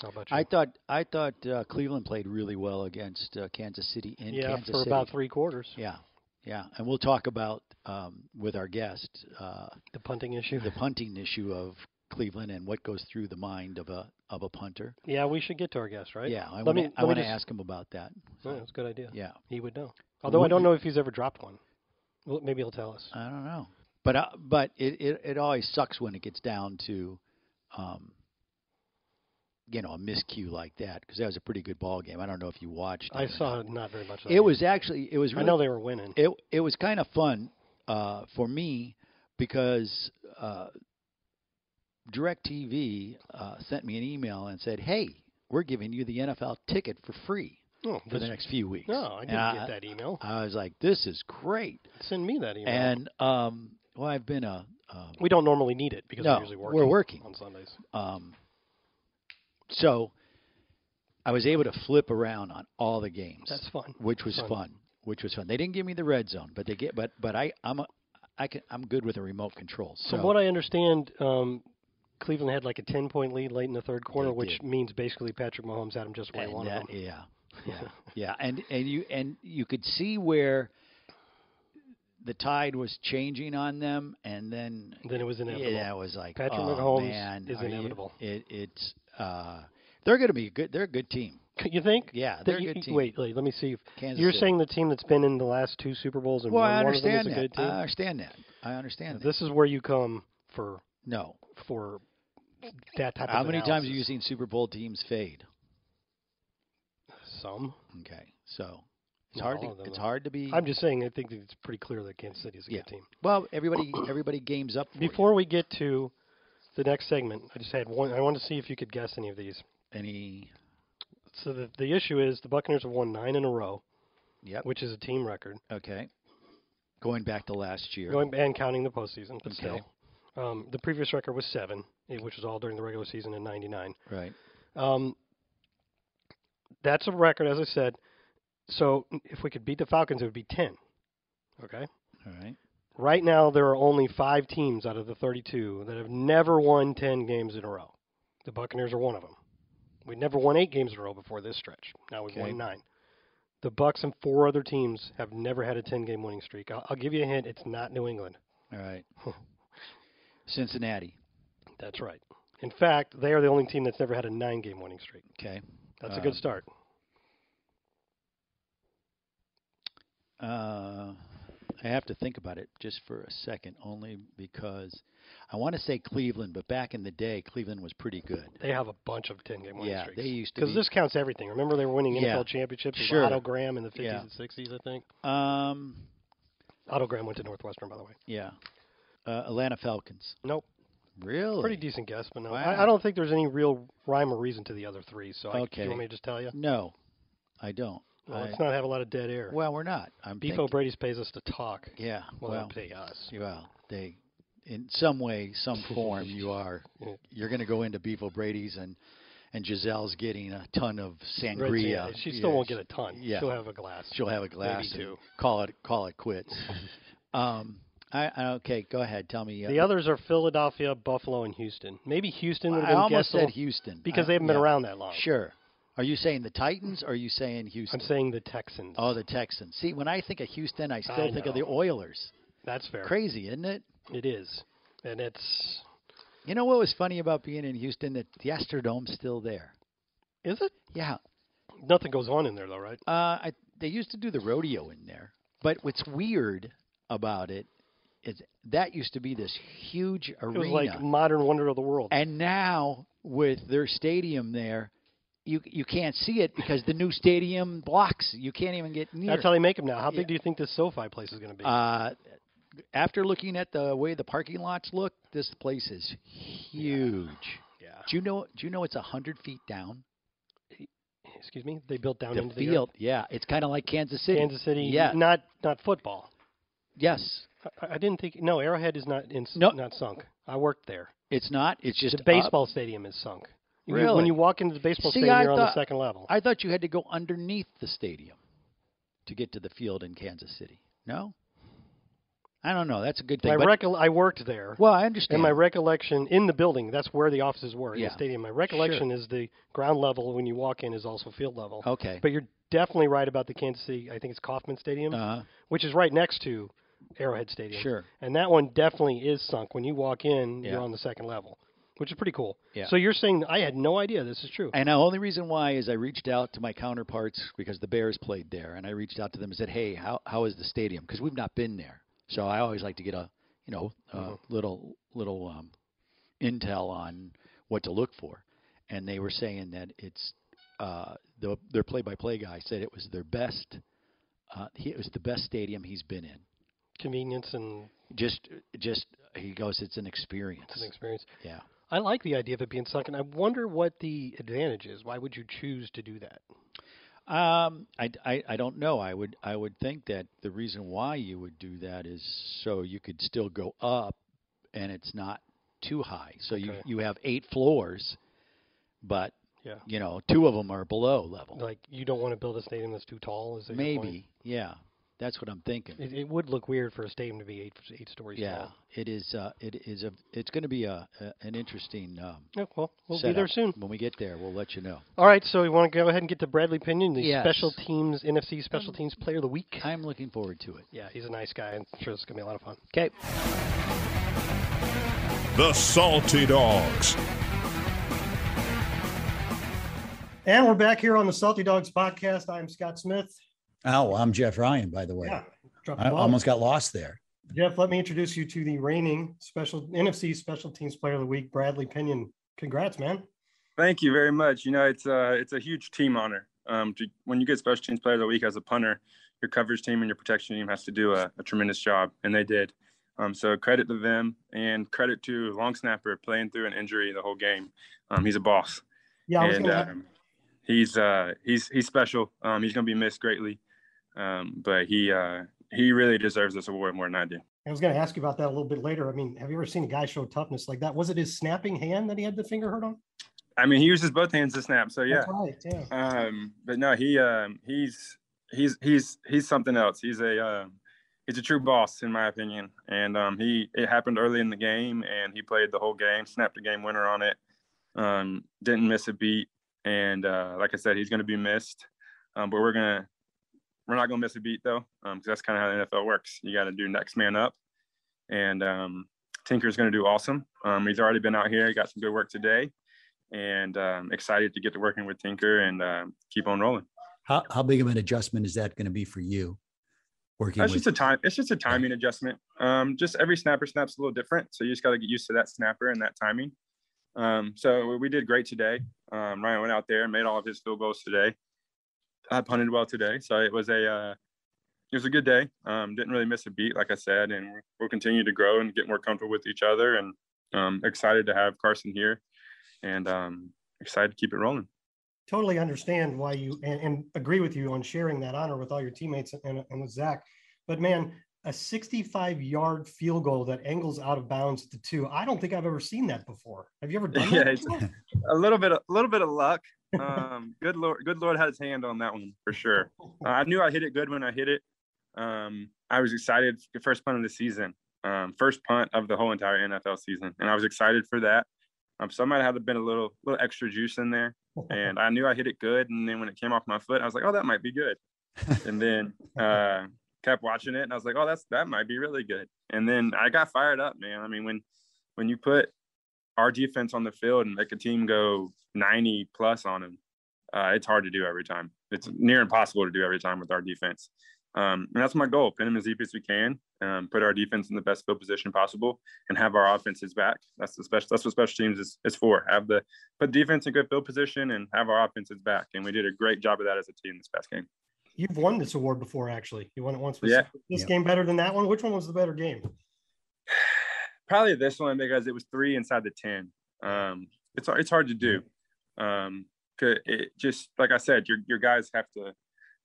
How about you?
I thought I thought uh, Cleveland played really well against uh, Kansas City in
yeah,
Kansas
for
City.
about three quarters,
yeah, yeah, and we'll talk about um, with our guest uh,
the punting issue.
the punting issue of Cleveland and what goes through the mind of a of a punter.
yeah, we should get to our guest, right?
Yeah, I
Let
want
me-
to I
let me
want to
just-
ask him about that.
Yeah, that's a good idea.
Yeah,
He would know. Although I
Wouldn't
don't know if he's ever dropped one. Well, maybe he'll tell us.
I don't know, but uh, but it, it it always sucks when it gets down to, um, you know, a miscue like that because that was a pretty good ball game. I don't know if you watched.
I
it or
saw
not.
not very much. Of that
It
game.
was actually it was
I
really
know they were winning.
it it was kind of fun uh, for me because uh, DirecTV uh, sent me an email and said, "Hey, we're giving you the NFL ticket for free
oh,
for the
this-
next few weeks."
no, I didn't
And
get that email.
I was like, "This is great!"
Send me that email.
And um, well, I've been a um,
we don't normally need it because
No,
we're usually
we're
working.
working.
on Sundays.
um, so I was able to flip around on all the games.
That's fun.
which was
Fun.
fun. Which was fun. They didn't give me the red zone, but they get but but I I'm a, I can I'm good with a remote control. So
From what I understand, um, Cleveland had like a ten point lead late in the third quarter,
They
which
did.
means basically Patrick Mahomes had him just where he
and
wanted
that-
him.
yeah. Yeah. yeah, and and you and you could see where the tide was changing on them and then
Then it was inevitable.
Yeah, it was like
Patrick
oh,
Mahomes
man,
is
are you-
inevitable.
it it's uh they're going to be good. They're a good team.
You think?
Yeah,
That
they're a
you-
good team.
e, Wait, wait, let me see. if-
Kansas
You're
City.
saying the team that's been in the last two Super Bowls and
Well,
won
I
one of them is
understand
a
that.
good team.
I understand that. I understand that.
this is where you come for
No.
for that type
How
of
many times have you
analysis.
seen Super Bowl teams fade?
some?
Okay, so it's
Not
hard.
all
To,
of them,
it's
though.
hard to be.
I'm just saying I think that it's pretty clear that Kansas City is a
yeah.
good team.
Well, everybody, everybody games up for you.
Before we get to the next segment, I just had one I want to see if you could guess any of these.
any.
So the the issue is the Buccaneers have won 9 in a row,
Yep.
which is a team record.
Okay. Going back to last year.
Going and counting the postseason, but
Okay.
still. Um, the previous record was 7, eh, which was all during the regular season in 99.
right.
Um, that's a record, as I said. So if we could beat the Falcons, it would be 10. Okay?
All right.
Right now, there are only five teams out of the 32 that have never won 10 games in a row. The Buccaneers are one of them. We never won eight games in a row before this stretch. Now we've
Okay.
won nine. The Bucks and four other teams have never had a 10-game winning streak. I'll, I'll give you a hint: it's not New England.
All right. Cincinnati.
That's right. In fact, they are the only team that's never had a nine-game winning streak.
Okay.
That's a good
Um,
start.
Uh, I have to think about it just for a second, only because I want to say Cleveland, but back in the day, Cleveland was pretty good.
They have a bunch of 10-game winning
yeah,
streaks.
they used to.
because
be-
this counts everything. Remember, they were winning
Yeah.
NFL championships with
Sure.
Otto Graham in the 50s
Yeah.
and 60s, I think.
Um.
Otto Graham went to Northwestern, by the way.
Yeah. Uh, Atlanta Falcons.
Nope.
Really?
Pretty decent guess, but no,
Wow.
I, I don't think there's any real rhyme or reason to the other three. So, I, do
Okay.
you want me to just tell you?
No, I don't.
Well,
I-
let's not have a lot of dead air.
Well, we're not. I'm
Beef
thinking-
O'Brady's pays us to talk.
Yeah.
Well,
well,
they pay us.
well, they, in some way, some form, you are.
Yeah.
You're going to go into Beef O'Brady's and and Giselle's getting a ton of
Red Sea,
sangria.
She still
Yeah,
won't get a ton.
yeah.
She'll have a glass.
She'll have a glass.
Maybe
and
two.
Call it call it quits. um. I, I okay. Go ahead. Tell me. uh,
The others are Philadelphia, Buffalo, and Houston. Maybe Houston would have
I
been
almost
guessable
said Houston
because
I-
they haven't been
yeah.
around that long.
Sure. Are you saying the Titans? or Are you saying Houston?
I'm saying the Texans.
Oh, the Texans. See, when I think of Houston, I still
I
think of the
know.
Oilers.
That's fair.
Crazy, isn't it?
It is, and it's
You know what was funny about being in Houston? That the Astrodome's still there.
is it
Yeah,
nothing goes on in there though, right?
uh, I, they used to do the rodeo in there. But what's weird about it is that used to be this huge
It
arena,
was like modern wonder of the world.
and now with their stadium there, you you can't see it because the new stadium blocks. You can't even get near.
That's how they make them now. How big
Yeah.
do you think this SoFi place is going to be?
Uh, after looking at the way the parking lots look, this place is huge.
yeah.
Do you know? Do you know it's a hundred feet down?
excuse me, they built down
The
into the
field, yeah, it's kind of like Kansas City.
earth. Kansas City,
yeah,
not not football.
yes,
I, I didn't think no Arrowhead is not in,
No.
not sunk. I worked there.
it's not. It's just
The
up.
baseball stadium is sunk. You-
Really?
When you walk into the baseball
See,
stadium,
I
you're on
thought-
the second level.
I thought you had to go underneath the stadium to get to the field in Kansas City. No, I don't know. That's a good thing.
I,
but-
recoll- I worked there.
well, I
and
understand.
my recollection in the building, that's where the offices were in
Yeah.
the stadium. My recollection is the ground level when you walk in is also field level.
okay.
But you're definitely right about the Kansas City. I think it's Kauffman Stadium,
uh,
which is right next to Arrowhead Stadium.
sure.
And that one definitely is sunk. When you walk in,
Yeah.
you're on the second level, which is pretty cool.
Yeah.
So you're saying I had no idea this is true.
And the only reason why is I reached out to my counterparts because the Bears played there, and I reached out to them and said, "Hey, how how is the stadium?" Because we've not been there, so I always like to get a you know a
Mm-hmm.
little little um, intel on what to look for. And they were saying that it's uh, the their play-by-play guy said it was their best. Uh, he, it was the best stadium he's been in.
Convenience and
Just just he goes, it's an experience.
it's an experience.
Yeah.
I like the idea of it being sunk, and I wonder what the advantage is. Why would you choose to do that?
Um, I, I, I don't know. I would I would think that the reason why you would do that is so you could still go up, and it's not too high. So you
Okay.
you have eight floors, but
Yeah.
you know two of them are below level.
Like you don't want to build a stadium that's too tall. Is that your point?
Maybe yeah, that's what I'm thinking.
It, it would look weird for a stadium to be eight eight stories
yeah,
tall.
it is. Uh, it is a. It's going to be a, a an interesting. Um,
Yeah. Well, we'll be
setup.
there soon.
When we get there, we'll let you know.
All right. So you want to go ahead and get to Bradley Pinion, the
Yes.
special teams NFC special teams player of the week.
I'm looking forward to it.
yeah, he's a nice guy. I'm sure it's gonna be a lot of fun.
Okay.
The Salty Dogs.
And we're back here on the Salty Dogs podcast. I'm Scott Smith.
Oh, well, I'm Jeff Ryan, by the way.
Yeah, drop the
I
ball.
almost got lost there.
Jeff, let me introduce you to the reigning special NFC Special Teams Player of the Week, Bradley Pinion. Congrats, man.
Thank you very much. You know, it's uh, it's a huge team honor. Um, to, when you get special teams player of the week as a punter, your coverage team and your protection team has to do a, a tremendous job, and they did. Um, so credit to them, and credit to long snapper playing through an injury the whole game. Um, he's a boss,
Yeah, I was
and
gonna,
um, he's uh, he's he's special. Um, he's gonna be missed greatly, um, but he uh, he really deserves this award more than I do.
I was going to ask you about that a little bit later. I mean, have you ever seen a guy show toughness like that? Was it his snapping hand that he had the finger hurt on?
I mean, he uses both hands to snap. So yeah,
That's right. Yeah.
Um, but no, he um, he's he's he's he's something else. He's a uh, he's a true boss in my opinion. And um, he it happened early in the game, and he played the whole game, snapped a game winner on it, um, didn't miss a beat. And uh, like I said, he's going to be missed, um, but we're gonna we're not going to miss a beat though, because that's kind of how the NFL works. You got to do next man up, and um, Tinker's going to do awesome. Um, he's already been out here, he got some good work today and um, excited to get to working with Tinker and um keep on rolling.
How, how big of an adjustment is that going to be for you working
That's
with
just a time. It's just a timing adjustment. Um, just every snapper snaps a little different, so you just got to get used to that snapper and that timing. Um, so we- we did great today. Um, Ryan went out there and made all of his field goals today. I punted well today, so it was a uh, it was a good day. Um, didn't really miss a beat, like I said, and we'll continue to grow and get more comfortable with each other. And um, excited to have Carson here, and um, excited to keep it rolling.
totally understand why you and, and agree with you on sharing that honor with all your teammates and, and with Zach. But man, a 65 yard field goal that angles out of bounds at the two. I don't think I've ever seen that before. Have you ever done
Yeah,
that?
it's-
before?
a little bit, a little bit of luck. Um, good lord, good lord had his hand on that one for sure. Uh, I knew I hit it good when I hit it. Um, I was excited. The first punt of the season, um, first punt of the whole entire NFL season, and I was excited for that. Um, so I might have been a little, little extra juice in there, and I knew I hit it good. And then when it came off my foot, I was like, oh, that might be good. And then uh, kept watching it, and I was like, oh, that's that might be really good. And then I got fired up, man. I mean, when when you put our defense on the field and make a team go 90 plus on them, uh, it's hard to do every time. It's near impossible to do every time with our defense. Um, and that's my goal: pin them as deep as we can, um, put our defense in the best field position possible, and have our offenses back. That's the special. That's what special teams is, is for. Have the put defense in good field position and have our offenses back. And we did a great job of that as a team this past game.
You've won this award before, actually. You won it once. Was
Yeah.
this
Yeah.
game better than that one? Which one was the better game?
probably this one because it was three inside the ten. Um, it's it's hard to do. Um, could it just like I said, your your guys have to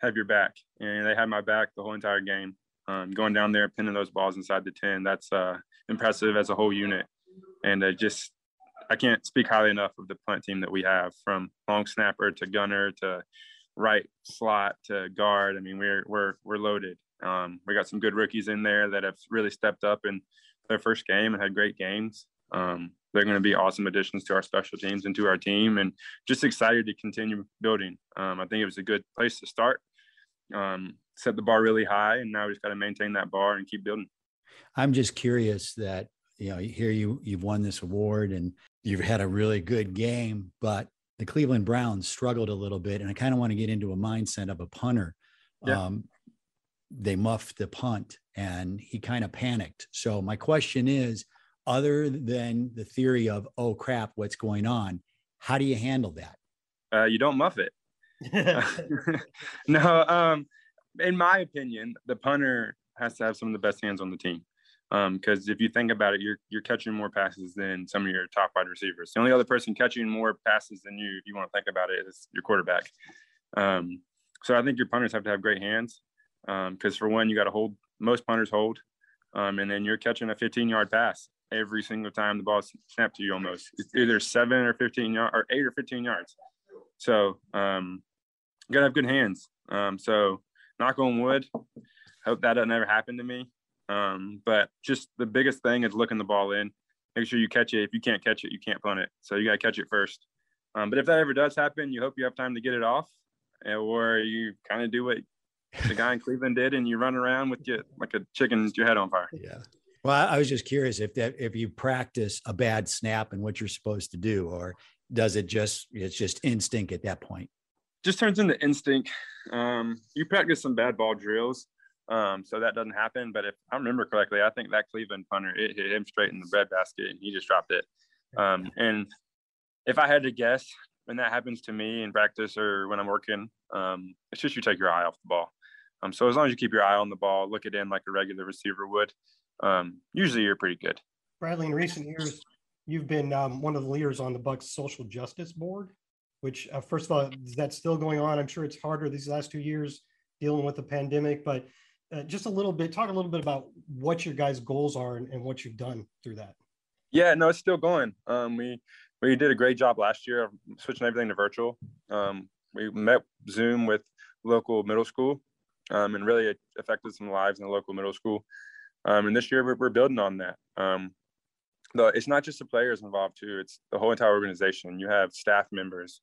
have your back, and they had my back the whole entire game. Um, going down there, pinning those balls inside the ten, that's uh, impressive as a whole unit, and uh, just I can't speak highly enough of the punt team that we have from long snapper to gunner to right slot to guard. I mean, we're we're we're loaded. Um, we got some good rookies in there that have really stepped up in their first game and had great games. Um, they're going to be awesome additions to our special teams and to our team, and just excited to continue building. Um, I think it was a good place to start. Um, set the bar really high, and now we just got to maintain that bar and keep building.
I'm just curious that you know here you you've won this award and you've had a really good game, but the Cleveland Browns struggled a little bit, and I kind of want to get into a mindset of a punter. Yeah. Um, they muffed the punt, and he kind of panicked. So my question is, other than the theory of "oh crap, what's going on," how do you handle that?
Uh, you don't muff it. no, um, in my opinion, the punter has to have some of the best hands on the team because um, if you think about it, you're you're catching more passes than some of your top wide receivers. The only other person catching more passes than you, if you want to think about it, is your quarterback. Um, so I think your punters have to have great hands because um, for one, you got to hold. Most punters hold, um, and then you're catching a 15 yard pass every single time the ball snapped to you. Almost it's either seven or 15 yard or eight or 15 yards. So um, you got to have good hands. Um, so knock on wood. Hope that doesn't ever happen to me. Um, but just the biggest thing is looking the ball in, make sure you catch it. If you can't catch it, you can't punt it. So you got to catch it first. Um, but if that ever does happen, you hope you have time to get it off, eh, or you kind of do what the guy in Cleveland did, and you run around with your like a chicken with your head on fire.
Yeah. Well, I was just curious if that if you practice a bad snap and what you're supposed to do, or does it just it's just instinct at that point?
Just turns into instinct. Um, you practice some bad ball drills, um, so that doesn't happen. But if I remember correctly, I think that Cleveland punter it hit him straight in the breadbasket, and he just dropped it. Um, and if I had to guess, when that happens to me in practice or when I'm working, um, it's just you take your eye off the ball. Um, so as long as you keep your eye on the ball, look it in like a regular receiver would, um, usually you're pretty good.
Bradley, in recent years, you've been um, one of the leaders on the Bucks Social Justice Board. Which, uh, first of all, that's still going on. I'm sure it's harder these last two years dealing with the pandemic, but uh, just a little bit talk a little bit about what your guys goals are and, and, what you've done through that
yeah no it's still going um, we we did a great job last year of switching everything to virtual um, we met zoom with local middle school um, and really affected some lives in the local middle school Um, and this year we're, we're building on that the, it's not just the players involved too it's the whole entire organization you have staff members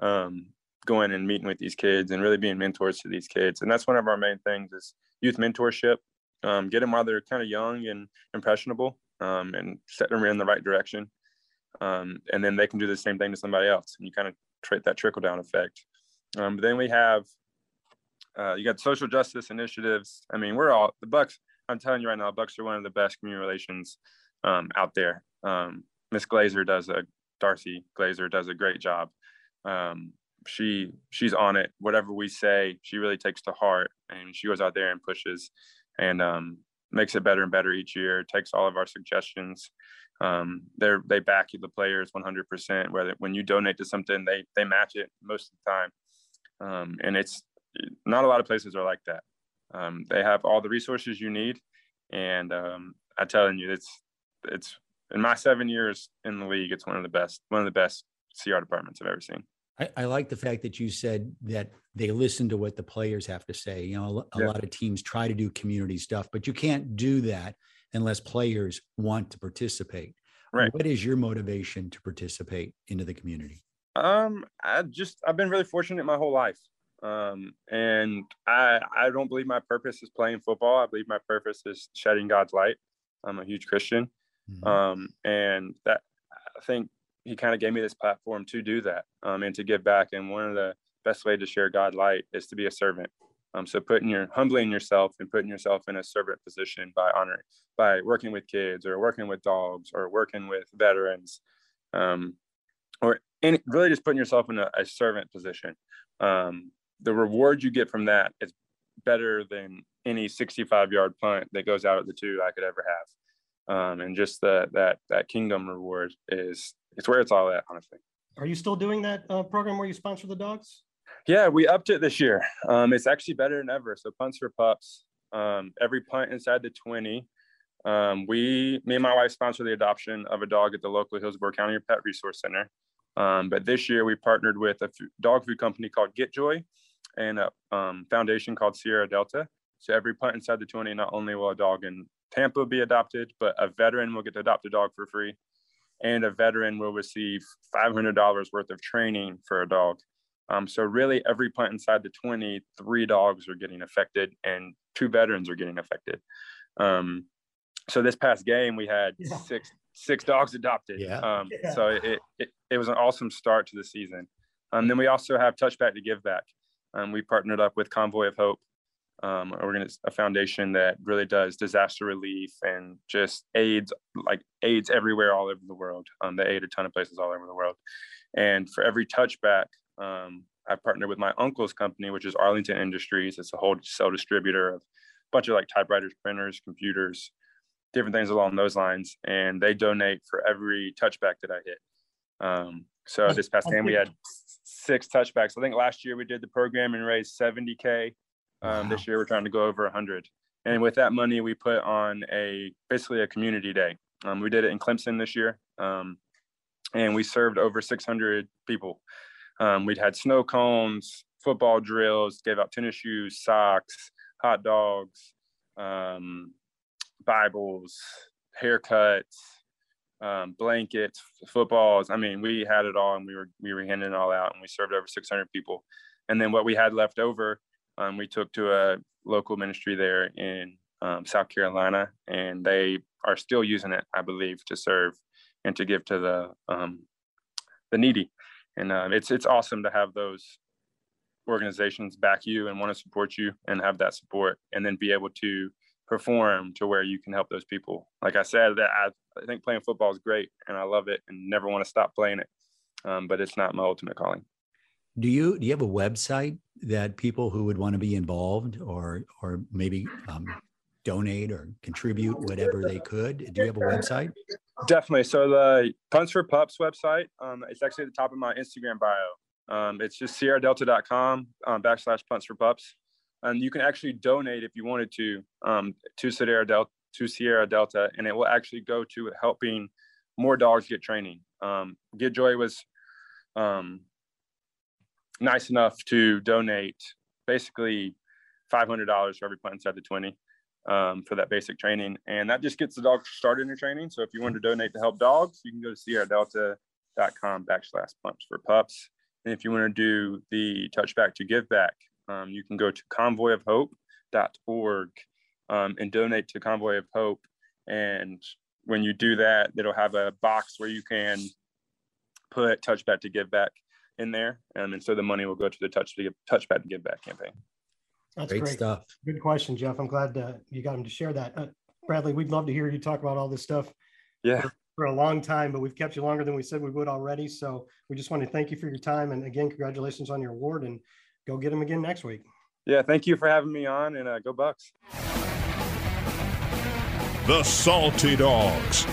um, going and meeting with these kids and really being mentors to these kids and that's one of our main things is youth mentorship um, get them while they're kind of young and impressionable um, and set them in the right direction um, and then they can do the same thing to somebody else and you kind of create that trickle down effect but then we have uh, you got social justice initiatives i mean we're all the bucks i'm telling you right now bucks are one of the best community relations um, out there Um, miss glazer does a darcy glazer does a great job Um, she she's on it whatever we say she really takes to heart and she goes out there and pushes and um, makes it better and better each year takes all of our suggestions um, they they back the players 100% whether when you donate to something they they match it most of the time um, and it's not a lot of places are like that Um, they have all the resources you need and i'm telling you it's it's in my seven years in the league it's one of the best one of the best cr departments i've ever seen
I, I, like the fact that you said that they listen to what the players have to say. You know, a, a yeah. lot of teams try to do community stuff, but you can't do that unless players want to participate.
Right.
What is your motivation to participate into the community?
Um, I just I've been really fortunate my whole life. Um, and I I don't believe my purpose is playing football. I believe my purpose is shedding God's light. I'm a huge Christian. Mm-hmm. Um, and that I think he kind of gave me this platform to do that um, and to give back. And one of the best way to share God light is to be a servant. Um, so putting your humbling yourself and putting yourself in a servant position by honoring, by working with kids or working with dogs or working with veterans, um, or any, really just putting yourself in a, a servant position. Um, the reward you get from that is better than any 65 yard punt that goes out at the two I could ever um, have. and just the, that, that kingdom reward is it's where it's all at, honestly.
Are you still doing that uh, program where you sponsor the dogs?
Yeah, we upped it this year. Um, it's actually better than ever. So punts for pups. Um, every punt inside the 20. Um, we, me and my wife sponsor the adoption of a dog at the local Hillsborough County Pet Resource Center. Um, but this year we partnered with a f- dog food company called Get Joy and a um, foundation called Sierra Delta. So every punt inside the 20, not only will a dog in Tampa be adopted, but a veteran will get to adopt a dog for free. And a veteran will receive $500 worth of training for a dog. Um, so really every punt inside the 20, three dogs are getting affected and two veterans are getting affected. Um, so this past game we had
Yeah.
six six dogs adopted.
Yeah.
Um,
Yeah.
So it, it it was an awesome start to the season. Um, then we also have Touchback to Give Back. Um, we partnered up with Convoy of Hope. Um, we're gonna a foundation that really does disaster relief and just aids like aids everywhere all over the world. Um, they aid a ton of places all over the world. And for every touchback, um, I partnered with my uncle's company, which is Arlington Industries. It's a wholesale distributor of a bunch of like typewriters, printers, computers, different things along those lines. And they donate for every touchback that I hit. Um, so this past game, we had six touchbacks. I think last year we did the program and raised 70K. Um, This year we're trying to go over 100. And with that money, we put on a basically a community day. Um, we did it in Clemson this year. Um, and we served over 600 people. Um, we'd had snow cones, football drills, gave out tennis shoes, socks, hot dogs, um, Bibles, haircuts, um, blankets, f- footballs. I mean, we had it all, and we were we were handing it all out, and we served over 600 people. And then what we had left over, um, we took to a local ministry there in um, South Carolina, and they are still using it, I believe, to serve and to give to the um, the needy. And uh, it's it's awesome to have those organizations back you and want to support you and have that support, and then be able to perform to where you can help those people. Like I said, that I, I think playing football is great, and I love it, and never want to stop playing it. Um, but it's not my ultimate calling.
Do you do you have a website that people who would want to be involved or or maybe um, donate or contribute whatever they could? Do you have a website?
Definitely. So the Punts for Pups website, um, it's actually at the top of my Instagram bio. Um, it's just sierradelta.com um, backslash punts for pups. And you can actually donate if you wanted to um, to Sierra Delta to Sierra Delta, and it will actually go to helping more dogs get training. Um, get Joy was um, nice enough to donate basically five hundred dollars for every punt inside the twenty um, for that basic training. And that just gets the dog started in their training. So if you want to donate to help dogs, you can go to sierradelta.com backslash pumps for pups. And if you want to do the touchback to give back, um, you can go to convoyofhope.org um, and donate to Convoy of Hope. And when you do that, it'll have a box where you can put touchback to give back in there. Um, and so the money will go to the touch to give, touchback to give back campaign.
That's
Great stuff.
Good question, Jeff. I'm glad uh, you got him to share that. Uh, Bradley, we'd love to hear you talk about all this stuff
Yeah.
for a long time, but we've kept you longer than we said we would already. So we just want to thank you for your time. And again, congratulations on your award and go get him again next week.
Yeah. Thank you for having me on and uh, go Bucks.
The Salty Dogs.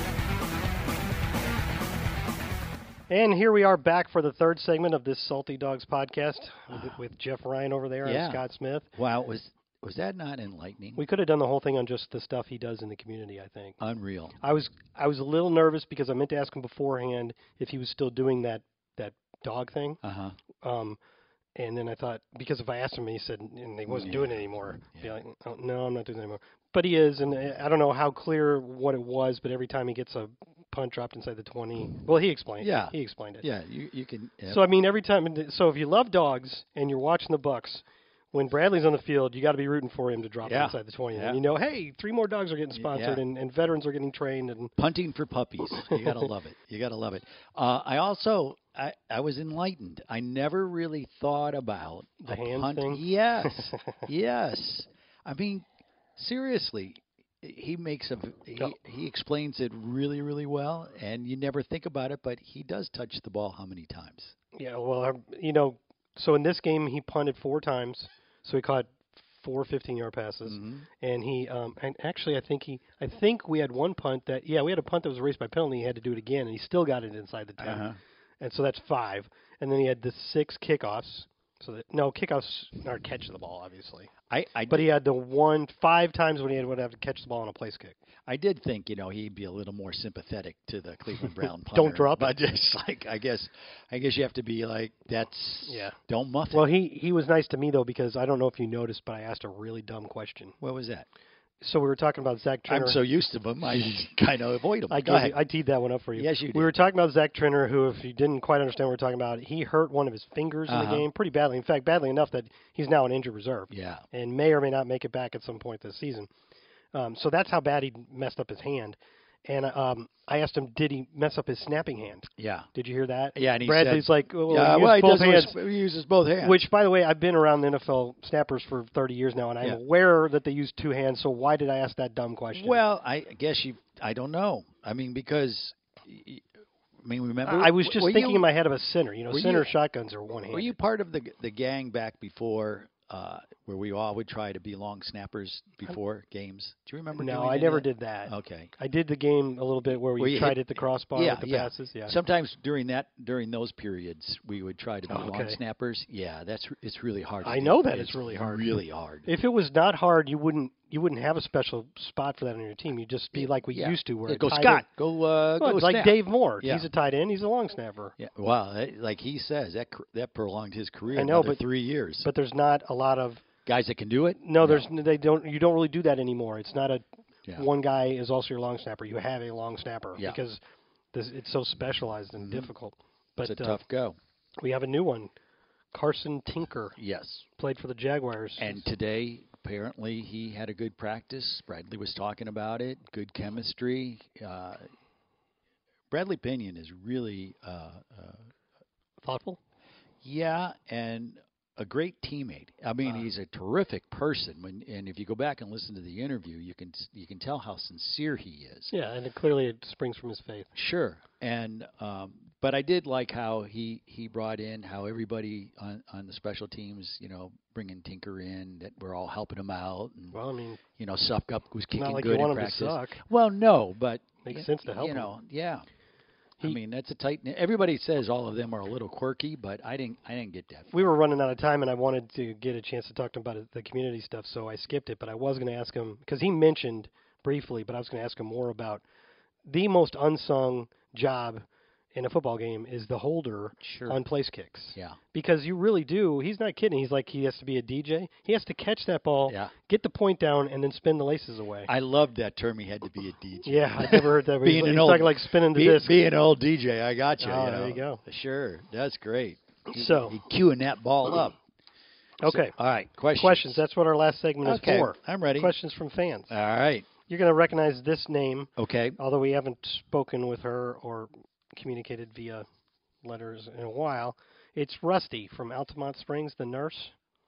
And here we are back for the third segment of this Salty Dogs podcast with, with Jeff Ryan over there
Yeah.
and Scott Smith.
Wow, was was that not enlightening?
We could have done the whole thing on just the stuff he does in the community. I think
Unreal.
I was I was a little nervous because I meant to ask him beforehand if he was still doing that that dog thing.
Uh huh.
Um, and then I thought because if I asked him, and he said and he wasn't
Yeah.
doing it anymore. I'd Be
Yeah.
like, oh, no, I'm not doing it anymore. But he is, and eh, I I don't know how clear what it was, but every time he gets a punt dropped inside the 20, well, he explained. it.
Yeah.
he explained it.
Yeah, you you can. yeah.
So I mean, every time. So if you love dogs and you're watching the Bucks, when Bradley's on the field, you got to be rooting for him to drop
Yeah.
inside the 20.
Yeah.
And you know, hey, three more dogs are getting
Y-
sponsored,
yeah.
and, and veterans are getting trained, and
punting for puppies. You gotta love it. You gotta love it. Uh, I also I, I was enlightened. I never really thought about
The
a
hand
punt.
thing?
Yes, yes. I mean, seriously, he makes a he,
No.
he explains it really really well, and you never think about it, but he does touch the ball how many times?
yeah, well, I- you know, so in this game he punted four times, so he caught four 15-yard passes,
Mhm.
and he um and actually I think he I
Uh-huh.
think we had one punt that yeah we had a punt that was erased by penalty. He had to do it again, and he still got it inside the 10. and so that's five. And then he had the six kickoffs. So that no kickoffs are catch the ball, obviously.
I, I
But he had the one five times when he had would have to catch the ball on a place kick.
I did think, you know, he'd be a little more sympathetic to the Cleveland Brown punter.
Don't drop it.
but it's like I guess, I guess you have to be like that's
Yeah.
Don't muff it.
Well, he he was nice to me though because I don't know if you noticed, but I asked a really dumb question.
what was that?
So we were talking about Zach Turner.
I'm so used to them, I kind of avoid them.
I,
Go
gave
ahead.
you- I teed that one up for you.
Yes, you did.
We were talking about Zach Trenner, who, if you didn't quite understand what we are talking about, he hurt one of his fingers in
Uh-huh.
the game pretty badly. In fact, badly enough that he's now on injured reserve
yeah.
and may or may not make it back at some point this season. Um, so that's how bad he messed up his hand. And um, I asked him, did he mess up his snapping hand?
Yeah.
Did you hear that?
Yeah, and he
Bradley's
said-
like, well,
yeah,
he
well, he
used both
does
hands.
use- he uses both hands.
Which, by the way, I've been around the NFL snappers for 30 years now, and I'm
Yeah.
aware that they use two hands. So why did I ask that dumb question?
Well, I guess you. I don't know. I mean, because I mean, remember?
I I was just
were
thinking
you,
in my head of a center. You know,
were you-
center shotguns are one hand.
Were you part of the the gang back before? Uh, where we all would try to be long snappers before games. Do you remember?
No,
doing
I
any
never
of that? Oh,
did that.
Okay.
I did the game a little bit where we
Where you
tried
hit-
to hit the crossbar with the passes. Yeah.
Sometimes during that during those periods, we would try to be
Oh,
long
okay.
snappers. Yeah, that's it's really hard. to
I
do.
know that it's really hard.
Really hard.
if it was not hard, you wouldn't you wouldn't have a special spot for that on your team. You'd just be like we
Yeah.
used to, where
Yeah,
a
go
tight end-
Scott. Go. Uh,
Well,
go
it's like
snap.
Dave Moore.
Yeah.
He's a tight end. He's a long snapper.
Yeah, wow. that- Like he says, that cr- that prolonged his career.
I know,
another
but-
three years.
But there's not a lot of
guys that can do it.
no. There's they don't you don't really do that anymore. It's not a
Yeah.
one guy is also your long snapper. You have a long snapper
Yeah. Mm-hmm.
because this, it's so specialized and difficult. But
it's a
uh,
tough go.
we have a new one. Carson Tinker
Yes.
played for the Jaguars.
And today, apparently, he had a good practice. Bradley was talking about it. Good chemistry. Uh, Bradley Pinion is really, uh, uh,
thoughtful.
yeah, and a great teammate. I mean, he's a terrific person. When and if you go back and listen to the interview, you can you can tell how sincere he is.
Yeah, and it clearly it springs from his faith.
Sure, and um, but I did like how he he brought in how everybody on on the special teams, you know, bringing Tinker in that we're all helping him out, and
Well, I mean,
you know, Supkup was kicking
like you
good
want
in
him to
practice.
suck.
Well, no, but
Makes
y-
sense to help
You
him.
know, yeah. I
He-
mean, that's a tight. knit- Everybody says all of them are a little quirky, but I didn't I didn't get that.
we were running out of time, and I wanted to get a chance to talk to him about the community stuff, so I skipped it. But I was going to ask him because he mentioned briefly, but I was going to ask him more about the most unsung job in a football game is the holder
Sure.
on place kicks.
Yeah.
Because you really do. He's not kidding. He's like he has to be a DJ. He has to catch that ball,
Yeah.
get the point down, and then spin the laces away.
I loved that term. He had to be a DJ.
yeah, I never heard that.
Being
he's
an
he's
old-
talking like spinning the
Be,
disc.
being an old DJ, I got you.
Oh,
you,
there you
know. Sure, that's great. He-
So-
he queuing that ball up.
Okay.
All right, questions.
Questions. That's what our last segment
Okay,
is for.
I'm ready. Uh.
Questions from fans.
All right.
You're going to recognize this name,
Okay.
although we haven't spoken with her or communicated via letters in a while. It's Rusty from Altamont Springs, the nurse.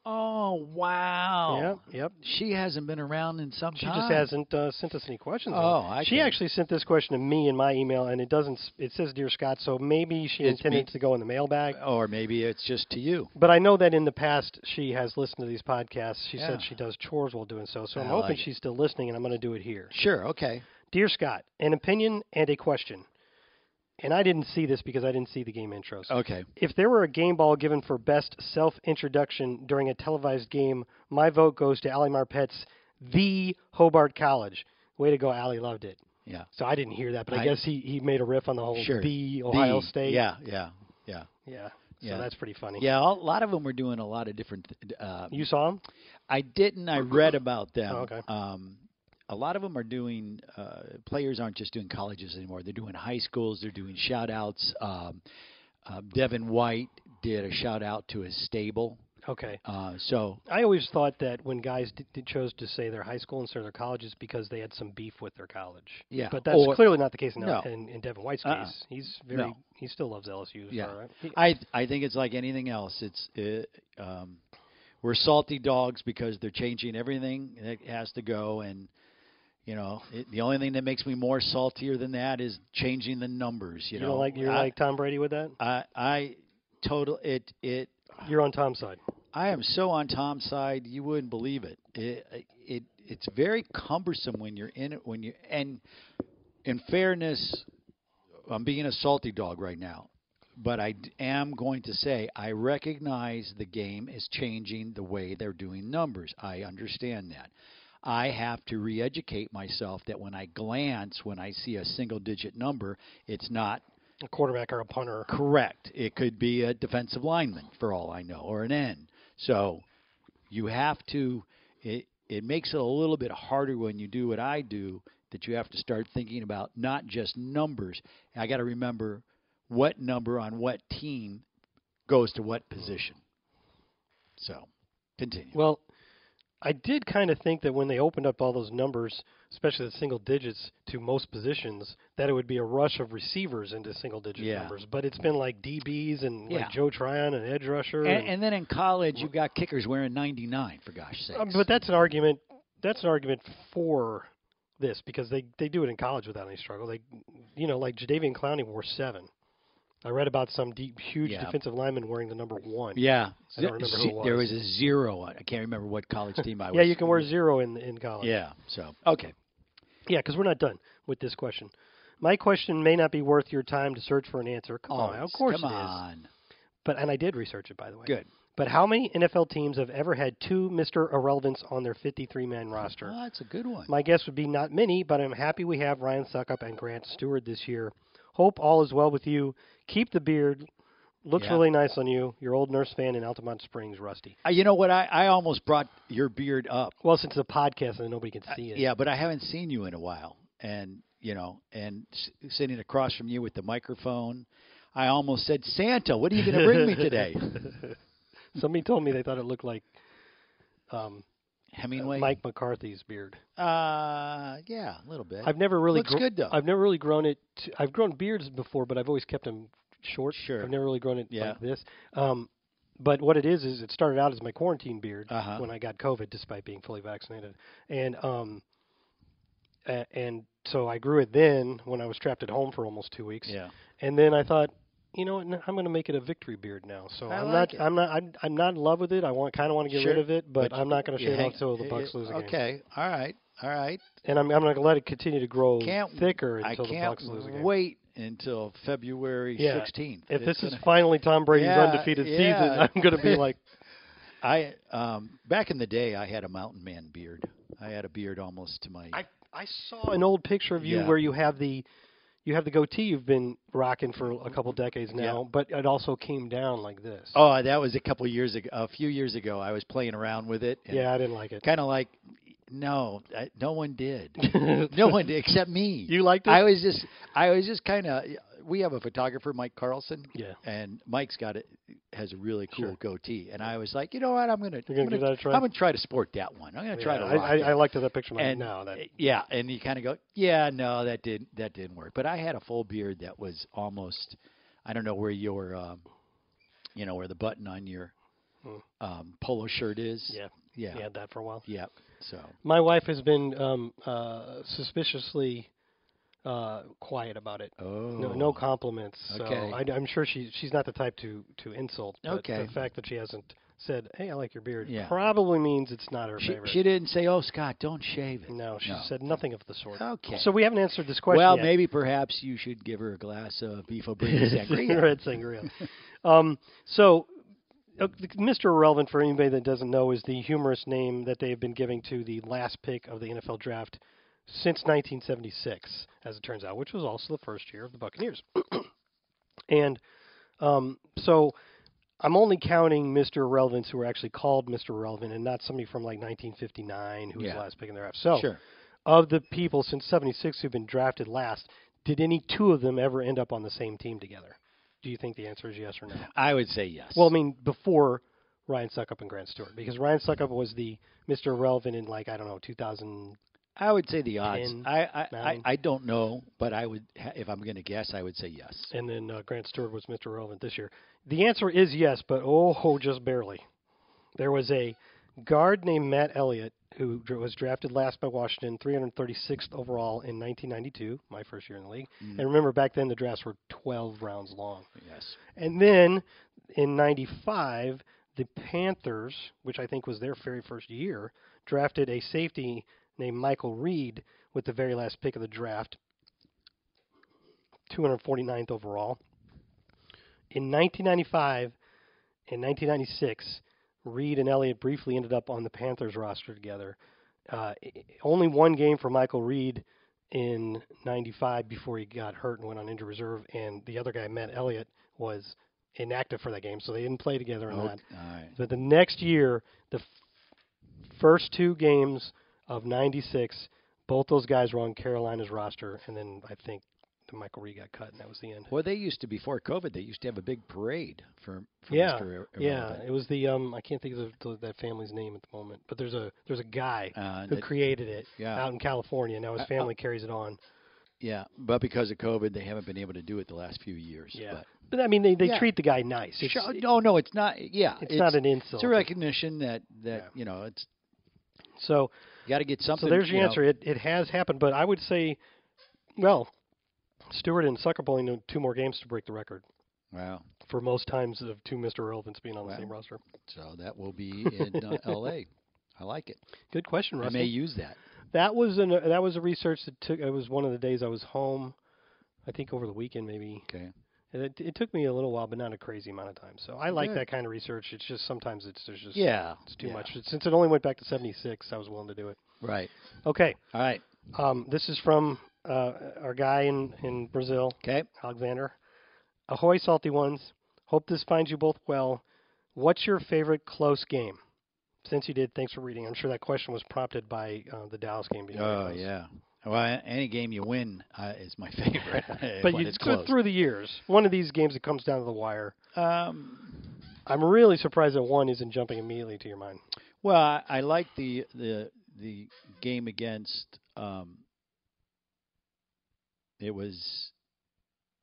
Oh wow.
Yep, yep.
She hasn't been around in some
She
time.
just hasn't uh, sent us any questions.
Oh,
on it.
I
she
see.
actually sent this question to me in my email, and it doesn't. s- It says, "Dear Scott," so maybe she
It's
intended
me-
to go in the mailbag.
Or maybe it's just to you.
But I know that in the past she has listened to these podcasts. She
Yeah.
said she does chores while doing so, so I'm
I
hoping
like it.
she's still listening, and I'm going to do it here.
Sure. Okay.
Dear Scott, an opinion and a question. And I didn't see this because I didn't see the game intros.
Okay.
If there were a game ball given for best self introduction during a televised game, my vote goes to Allie Marpet's The Hobart College. Way to go, Allie loved it.
Yeah.
So I didn't hear that, but I,
I-
guess he, he made a riff on the whole
Sure.
The Ohio
B.
State.
Yeah. Yeah. Yeah.
Yeah.
Yeah.
So that's pretty funny.
Yeah. A lot of them were doing a lot of different. Uh,
You saw him?
I didn't. I read about them.
Oh, okay.
Um, a lot of them are doing. Uh, players aren't just doing colleges anymore. They're doing high schools. They're doing shout outs. Um, uh, Devin White did a shout out to his stable.
Okay.
Uh, so
I always thought that when guys d- d- chose to say their high school instead of their college is because they had some beef with their college.
Yeah,
but that's
or-
clearly not the case in,
no.
in, in Devin White's
Uh-uh.
case. He's very
No.
he still loves LSU. as
Yeah.
far as I- he-
I I think it's like anything else. It's uh um, we're salty dogs because they're changing everything that has to go, and you know it, the only thing that makes me more saltier than that is changing the numbers. You,
you
know,
don't like you're
I,
like Tom Brady with that.
I I total it it.
You're on Tom's side.
I am so on Tom's side, you wouldn't believe it. It it it's very cumbersome when you're in it when you and in fairness, I'm being a salty dog right now. but I d- am going to say I recognize the game is changing the way they're doing numbers. I understand that. I have to re educate myself that when I glance, when I see a single digit number, it's not
A quarterback or a punter.
Correct. It could be a defensive lineman, for all I know, or an end. So you have to. It it makes it a little bit harder when you do what I do. That you have to start thinking about not just numbers. I got to remember what number on what team goes to what position. So continue.
Well, I did kind of think that when they opened up all those numbers, especially the single digits to most positions, that it would be a rush of receivers into single digit
Yeah.
numbers. But it's been like DBs and
Yeah.
like Joe Tryon and edge rusher.
and, and then in college, you got kickers wearing 99 for gosh sakes.
Uh, but that's an argument. That's an argument for this because they they do it in college without any struggle. They, you know, like Jadavian Clowney wore seven. I read about some deep, huge
Yeah.
defensive lineman wearing the number one.
yeah,
I don't remember who it
there
was.
was a zero. on- I can't remember what college team I was.
yeah. You can wear zero in in college.
Yeah. So okay.
Yeah, because we're not done with this question. My question may not be worth your time to search for an answer. Come on,
Always.
of course
Oh, Come
it is.
on.
But and I did research it by the way.
Good.
But how many NFL teams have ever had two Mr. Irrelevance on their 53-man roster?
Oh, that's a good one.
My guess would be not many, but I'm happy we have Ryan Suckup and Grant Stewart this year. Hope all is well with you. Keep the beard. Looks
Yeah.
really nice on you. Your old nurse fan in Altamont Springs, Rusty.
Uh, you know what? I, I almost brought your beard up.
Well, since it's a podcast and nobody can see it.
Uh, Yeah, but I haven't seen you in a while, and you know, and s- sitting across from you with the microphone, I almost said, "Santa, what are you going to bring me today?"
Somebody told me they thought it looked like um,
Hemingway.
Mike McCarthy's beard.
Uh, yeah, a little bit.
I've never really
Looks good, though.
I've never really grown it. To, I've grown beards before, but I've always kept them short.
Sure.
I've never really grown it
Yeah.
like this. Um, but what it is is it started out as my quarantine beard
Uh-huh.
when I got COVID, despite being fully vaccinated, and um, a- and so I grew it then when I was trapped at home for almost two weeks.
yeah.
And then I thought, you know what? n- I'm going to make it a victory beard now. So
I
I'm
like
not.
it.
I'm not. I'm, I'm not in love with it. I want kind of want to get
Sure.
rid of it, but,
But
I'm not going to
You
shave it
hang-
off until the
it-
Bucks lose again.
Okay. All right. All right.
And I'm, I'm going to let it continue to grow
Can't
thicker
I
until the
can't
Bucks lose again.
wait until February
Yeah.
16th.
If
It's
this is
gonna-
finally Tom Brady's
Yeah,
undefeated
yeah.
season, I'm going to be like,
I um back in the day I had a mountain man beard. I had a beard almost to my
I I saw an old picture of you
Yeah.
where you have the you have the goatee you've been rocking for a couple decades now, but it also came down like this.
Oh, that was a couple years ago, a few years ago. I was playing around with it. And
yeah, I didn't like it.
Kind of like no, I, no one did. no one did except me.
You liked it?
I was just I was just kind of we have a photographer Mike Carlson.
Yeah.
And Mike's got it has a really cool
Sure.
goatee and I was like, "You know what? I'm going to
You're gonna give that a try?
I'm going to try to sport that one. I'm going to try to
Yeah,
rock
I,
that.
I, I liked that picture. Like,
and
no, that
uh, yeah, and you kind of go, yeah, no, that did that didn't work. But I had a full beard that was almost, I don't know where your, um, you know, where the button on your
Hmm.
um, polo shirt is.
yeah,
yeah,
yeah, had that for a while.
Yep. So
My wife has been um, uh, suspiciously uh, quiet about it.
oh,
No, no compliments. So
Okay.
I, am sure she she's not the type to to insult. But
Okay.
The fact that she hasn't said, "Hey, I like your beard,"
Yeah.
probably means it's not her
she,
favorite.
she didn't say, oh, Scott, don't shave it.
no, she
No.
said nothing of the sort.
Okay.
So we haven't answered this question
well,
yet.
maybe perhaps you should give her a glass of beef O'Brien's sangria.
Red sangria. um, so, uh, the- Mr. Irrelevant, for anybody that doesn't know, is the humorous name that they have been giving to the last pick of the NFL draft since 1976, as it turns out, which was also the first year of the Buccaneers. and um, so, I'm only counting Mr. Irrelevants who were actually called Mr. Irrelevant and not somebody from like 1959 who was
Yeah.
the last pick in the draft. So,
Sure.
of the people since 76 who've been drafted last, did any two of them ever end up on the same team together? Do you think the answer is yes or no?
I would say yes.
Well, I mean, before Ryan Suckup and Grant Stewart, because Ryan Suckup was the Mr. Irrelevant in, like, I don't know, 2000.
I would say the odds.
Ten,
I, I, I,
nine.
I don't know, but I would, ha- if I'm going to guess, I would say yes.
And then uh, Grant Stewart was Mr. Irrelevant this year. The answer is yes, but oh, oh, just barely. There was a guard named Matt Elliott who dr- was drafted last by Washington, 336th overall in 1992, my first year in the league. And remember, back then the drafts were 12 rounds long.
Yes.
And then in 95, the Panthers, which I think was their very first year, drafted a safety named Michael Reed with the very last pick of the draft, 249th overall. In 1995 and 1996, Reed and Elliott briefly ended up on the Panthers roster together. Uh, i- i- only one game for Michael Reed in 95 before he got hurt and went on injured reserve, and the other guy, Matt Elliott, was inactive for that game, so they didn't play together in
Oh,
that.
all right.
But the next year, the f- first two games of '96, both those guys were on Carolina's roster, and then I think the Michael Reed got cut, and that was the end.
Well, they used to before COVID. They used to have a big parade for, for
yeah,
Mr.
yeah.
Irrelevant.
It was the um, I can't think of the, that family's name at the moment, but there's a there's a guy
Uh,
who
that-
created it
yeah.
out in California. Now
Uh, uh,
his family carries it on.
yeah, but because of COVID, they haven't been able to do it the last few years.
Yeah,
but-
but, I mean they they
Yeah.
treat the guy nice. It's,
Sure, no, no, it's not. Yeah,
it's, not an insult.
It's a recognition that that
Yeah.
you know it's
so
you got to get something.
So there's your
you know,
answer. It it has happened, but I would say, well, Stewart and Sucker Bowl need two more games to break the record
Wow.
for most times of two Mr. Relevance being on the same
Wow.
roster.
So that will be in uh, L.A. I like it.
Good question,
I may
Rusty.
use that.
That was an that was a research that took. It was one of the days I was home. I think over the weekend maybe.
Okay.
And It, it took me a little while, but not a crazy amount of time. So I like
Good.
that kind of research. It's just sometimes it's there's just
Yeah.
it's too
yeah,
much. Since it only went back to 76, I was willing to do it.
Right.
Okay.
All right.
Um, this is from uh, our guy in in Brazil.
Okay.
Alexander. Ahoy, salty ones. Hope this finds you both well. What's your favorite close game? Since you did, thanks for reading. I'm sure that question was prompted by uh, the Dallas game. being very
Oh
close.
yeah. Well, a- any game you win uh, is my favorite.
But
when
you
it's
through,
close.
through the years, one of these games that comes down to the wire.
Um,
I'm really surprised that one isn't jumping immediately to your mind.
well, I, I like the the the game against. Um, it was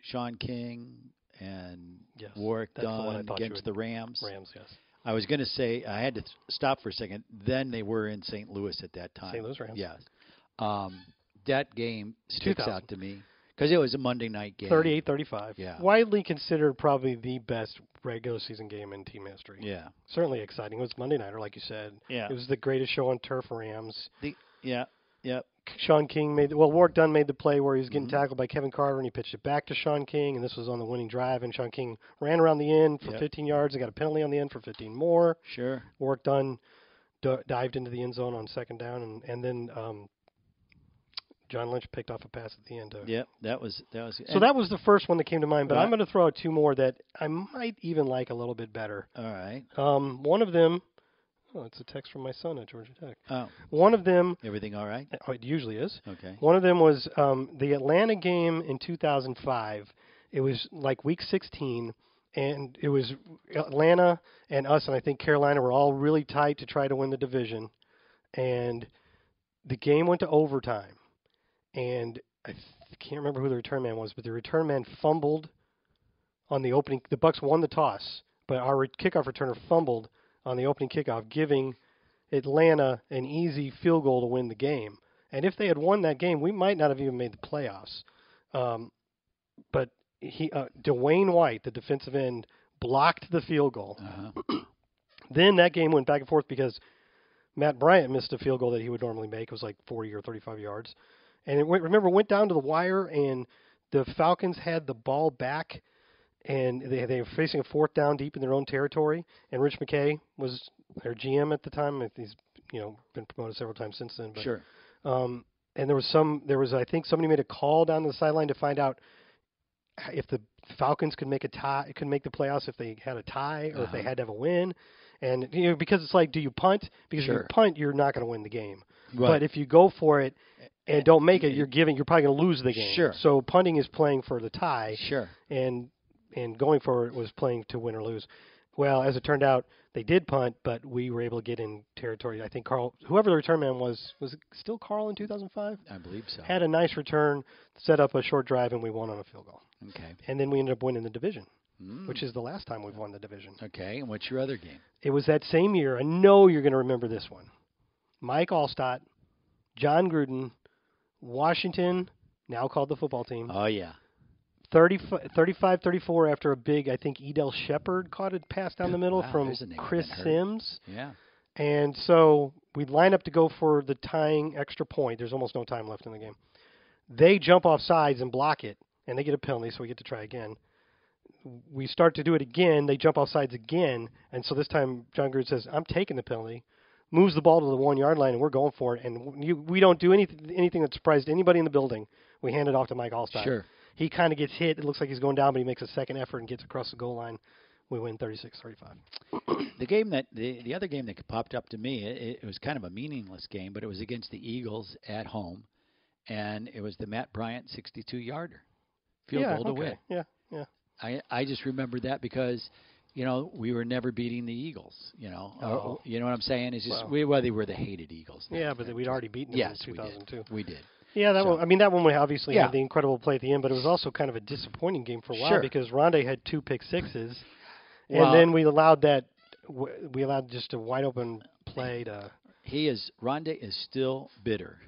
Sean King and
Yes,
Warwick
that's the one I
Dunn
thought you
against
would-
the Rams.
Rams, yes.
I was going to say I had to th- stop for a second. Then they were in St. Louis at that time.
St. Louis Rams.
Yes. Um, that game sticks
2000.
out to me because it was a Monday night game.
38 35.
Yeah.
Widely considered probably the best regular season game in team history.
Yeah.
Certainly exciting. It was Monday Nighter, like you said.
Yeah.
It was the greatest show on turf for Rams.
yeah. Yep.
Sean King made well Warwick Dunn made the play where he was getting
Mhm.
tackled by Kevin Carter and he pitched it back to Sean King and this was on the winning drive and Sean King ran around the end for
Yep.
15 yards and got a penalty on the end for 15 more.
Sure.
Warwick Dunn d- dived into the end zone on second down and and then um, John Lynch picked off a pass at the end. To,
Yep. That was that was.
So
and-
that was the first one that came to mind, but
Right.
I'm going to throw out two more that I might even like a little bit better.
All right.
Um, one of them, oh, it's a text from my son at Georgia Tech.
Oh,
One of them,
everything all right?
oh, it usually is.
Okay.
One of them was um, the Atlanta game in 2005. It was like week 16, and it was Atlanta and us, and I think Carolina were all really tight to try to win the division. And the game went to overtime, and I th- can't remember who the return man was, but the return man fumbled on the opening. The Bucks won the toss, but our re- kickoff returner fumbled on the opening kickoff, giving Atlanta an easy field goal to win the game. And if they had won that game, we might not have even made the playoffs. Um, but he, uh, Dwayne White, the defensive end, blocked the field goal.
Uh-huh.
Then that game went back and forth because Matt Bryant missed a field goal that he would normally make. It was like 40 or 35 yards. And it went, remember, went down to the wire, and the Falcons had the ball back, and they, they were facing a fourth down deep in their own territory. And Rich McKay was their GM at the time. and He's you know been promoted several times since then. But
Sure.
um, and there was some, there was, I think somebody made a call down the sideline to find out if the Falcons could make a tie, could make the playoffs if they had a tie or if they
Uh-huh.
had to have a win. And you know, because it's like, do you punt? Because if
Sure.
you punt, you're not going to win the game. But
Right.
if you go for it and don't make it,
eh,
you're giving, you're probably going to lose the game.
Sure.
So punting is playing for the tie
sure.
and and going for it was playing to win or lose. Well, as it turned out, they did punt, but we were able to get in territory. I think Carl, whoever the return man was, was it still Carl in 2005?
I believe so.
Had a nice return, set up a short drive, and we won on a field goal.
Okay.
And then we ended up winning the division,
Mm.
which is the last time we've won the division.
okay. And what's your other game?
It was that same year. I know you're going to remember this one. Mike Allstott, John Gruden, Washington, now called the football team.
Oh yeah.
30, 35 34 after a big, I think Edel Shepard caught it pass down the middle
Wow,
from
there's a name
Chris
that hurt.
Sims.
Yeah.
And so we line up to go for the tying extra point. There's almost no time left in the game. They jump off sides and block it, and they get a penalty, so we get to try again. we start to do it again. They jump off sides again, and so this time John Gruden says, "I'm taking the penalty." Moves the ball to the one yard line, and we're going for it. And you, we don't do anything anything that surprised anybody in the building. We hand it off to Mike Allstott.
Sure.
He kind of gets hit. It looks like he's going down, but he makes a second effort and gets across the goal line. We win 36-35.
The game that the, the other game that popped up to me, it, it was kind of a meaningless game, but it was against the Eagles at home, and it was the Matt Bryant 62 yarder field
yeah,
goal to
okay.
win.
Yeah, yeah.
I I just remember that because you know we were never beating the Eagles. You know, or-
Oh.
you know what I'm saying? It's just
Well.
we well they were the hated Eagles. then.
Yeah, but then we'd already beaten them
yes,
in
we did.
2002.
We did.
Yeah, that
So-
one. I mean, that one we obviously
Yeah.
had the incredible play at the end, but it was also kind of a disappointing game for a while
Sure.
because Rondé had two pick sixes,
Well-
and then we allowed that w- we allowed just a wide open play to
He is Rondé is still bitter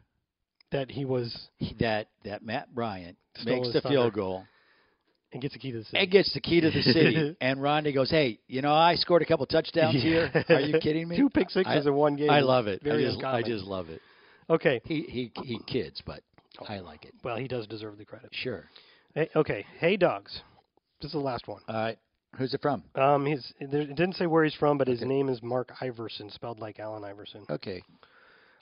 that he was
he- that that Matt Bryant
Mm-hmm. Stole
makes
his
the
thunder.
field goal
and gets a key to the city.
and gets the key to the city. and Rondé goes, "Hey, you know I scored a couple touchdowns here. Are you kidding me?
two pick
I-
sixes in one game.
I
is
love it. I
Very
just, I
uncommon.
just love it.
okay.
He he he kids, but
Oh.
I like it.
Well, he does deserve the credit.
Sure.
Hey, okay. Hey, dogs. This is the last one.
All right. Who's it from?
Um, his there, it didn't say where he's from, but his
Okay. Oh.
name is Mark Iverson, spelled like Allen Iverson.
Okay.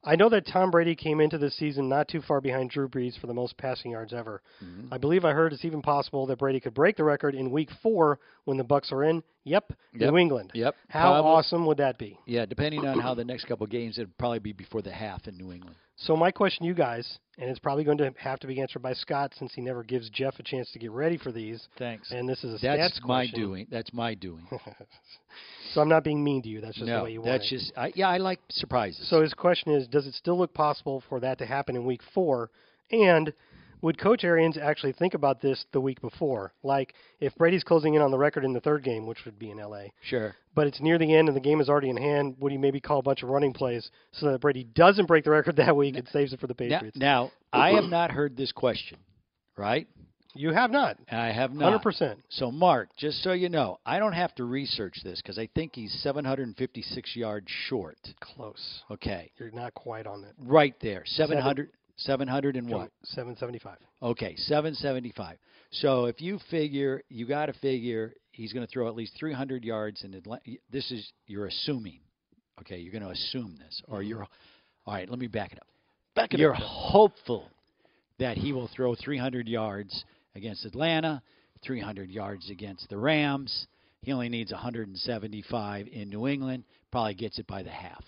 I know that Tom Brady came into this season not too far behind Drew Brees for the most passing yards ever.
Mm-hmm.
I believe I heard it's even possible that Brady could break the record in Week Four when the Bucks are in. Yep,
Yep.
New England.
Yep.
How
Probably-
awesome would that be?
Yeah, depending on how the next couple of games, it'd probably be before the half in New England.
So my question to you guys, and it's probably going to have to be answered by Scott since he never gives Jeff a chance to get ready for these.
Thanks.
And this is a
That's
stats
my
question.
doing. That's my doing.
So I'm not being mean to you. That's just the
no,
way you want
that's
it.
just. I, yeah, I like surprises.
So his question is, does it still look possible for that to happen in week four? And would Coach Arians actually think about this the week before? Like, if Brady's closing in on the record in the third game, which would be in LA,
sure.
but it's near the end and the game is already in hand, would he maybe call a bunch of running plays so that Brady doesn't break the record that week and saves it for the
Now,
Patriots?
now, I have not heard this question, right?
you have not.
I have not.
100%.
So, Mark, just so you know, I don't have to research this because I think he's 756 yards short.
Close.
Okay,
You're not quite on that.
right there, 700, 700 and what?
775.
Okay, 775. So if you figure, you got to figure he's going to throw at least 300 yards in Atlanta. This is, you're assuming. Okay, you're going to assume this.
Mm-hmm.
Or you're, all right, let me back it up. Back it you're hopeful that he will throw 300 yards against Atlanta, 300 yards against the Rams. He only needs 175 in New England. Probably gets it by the half.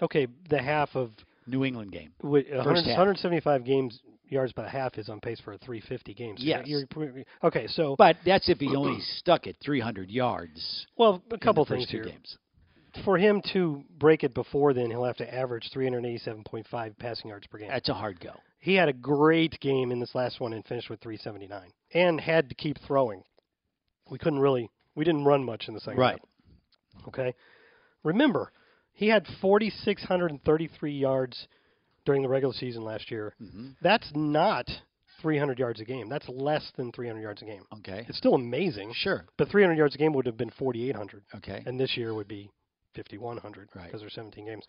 Okay, the half of
New England game.
Wait, a hundred-
half.
175 games yards by half is on pace for a 350 game. So
Yes.
You're, you're- okay, so
But that's if he only stuck at 300 yards.
well, a
in the
couple
first
things
two
here.
games.
For him to break it before then, he'll have to average 387.5 passing yards per game.
That's a hard go.
He had a great game in this last one and finished with 379 and had to keep throwing. We couldn't really we didn't run much in the second
Right.
half, okay? Remember, he had 4633 yards during the regular season last year.
Mm-hmm.
That's not 300 yards a game. That's less than 300 yards a game.
Okay.
It's still amazing.
Sure.
But 300 yards a game would have been 4,800.
Okay.
And this year would be 5,100
Right.
because there's 17 games.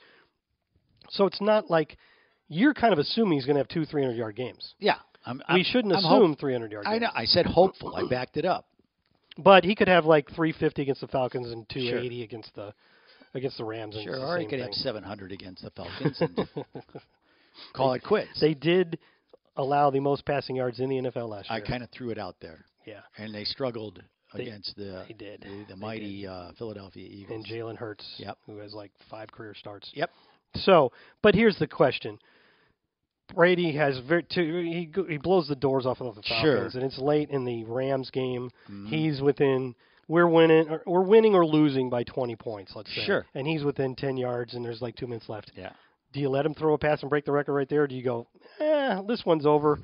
So it's not like you're kind of assuming he's going to have two 300 yard games.
yeah. I'm,
we
I'm-
shouldn't
I'm
assume
hope-
300 yard games.
I know. I said hopeful. I backed it up.
But he could have like 350 against the Falcons and 280 against the against the Rams. And it's
Sure.
the
Or he
same
could
thing.
have 700 against the Falcons and call it quits.
They did allow the most passing yards in the NFL last year.
I kind of threw it out there,
yeah.
and they struggled
They-
against the
they did.
the,
They
the mighty uh, Philadelphia Eagles.
And Jalen Hurts,
Yep.
who has like five career starts.
Yep.
So, but here's the question: Brady has very, two, he go- he blows the doors off of the
Sure. Mm-hmm.
Falcons, and it's late in the Rams game. He's within we're winning or, we're winning or losing by 20 points, let's say.
Sure.
And he's within 10 yards, and there's like two minutes left.
Yeah.
Do you let him throw a pass and break the record right there? Or do you go, eh, this one's over?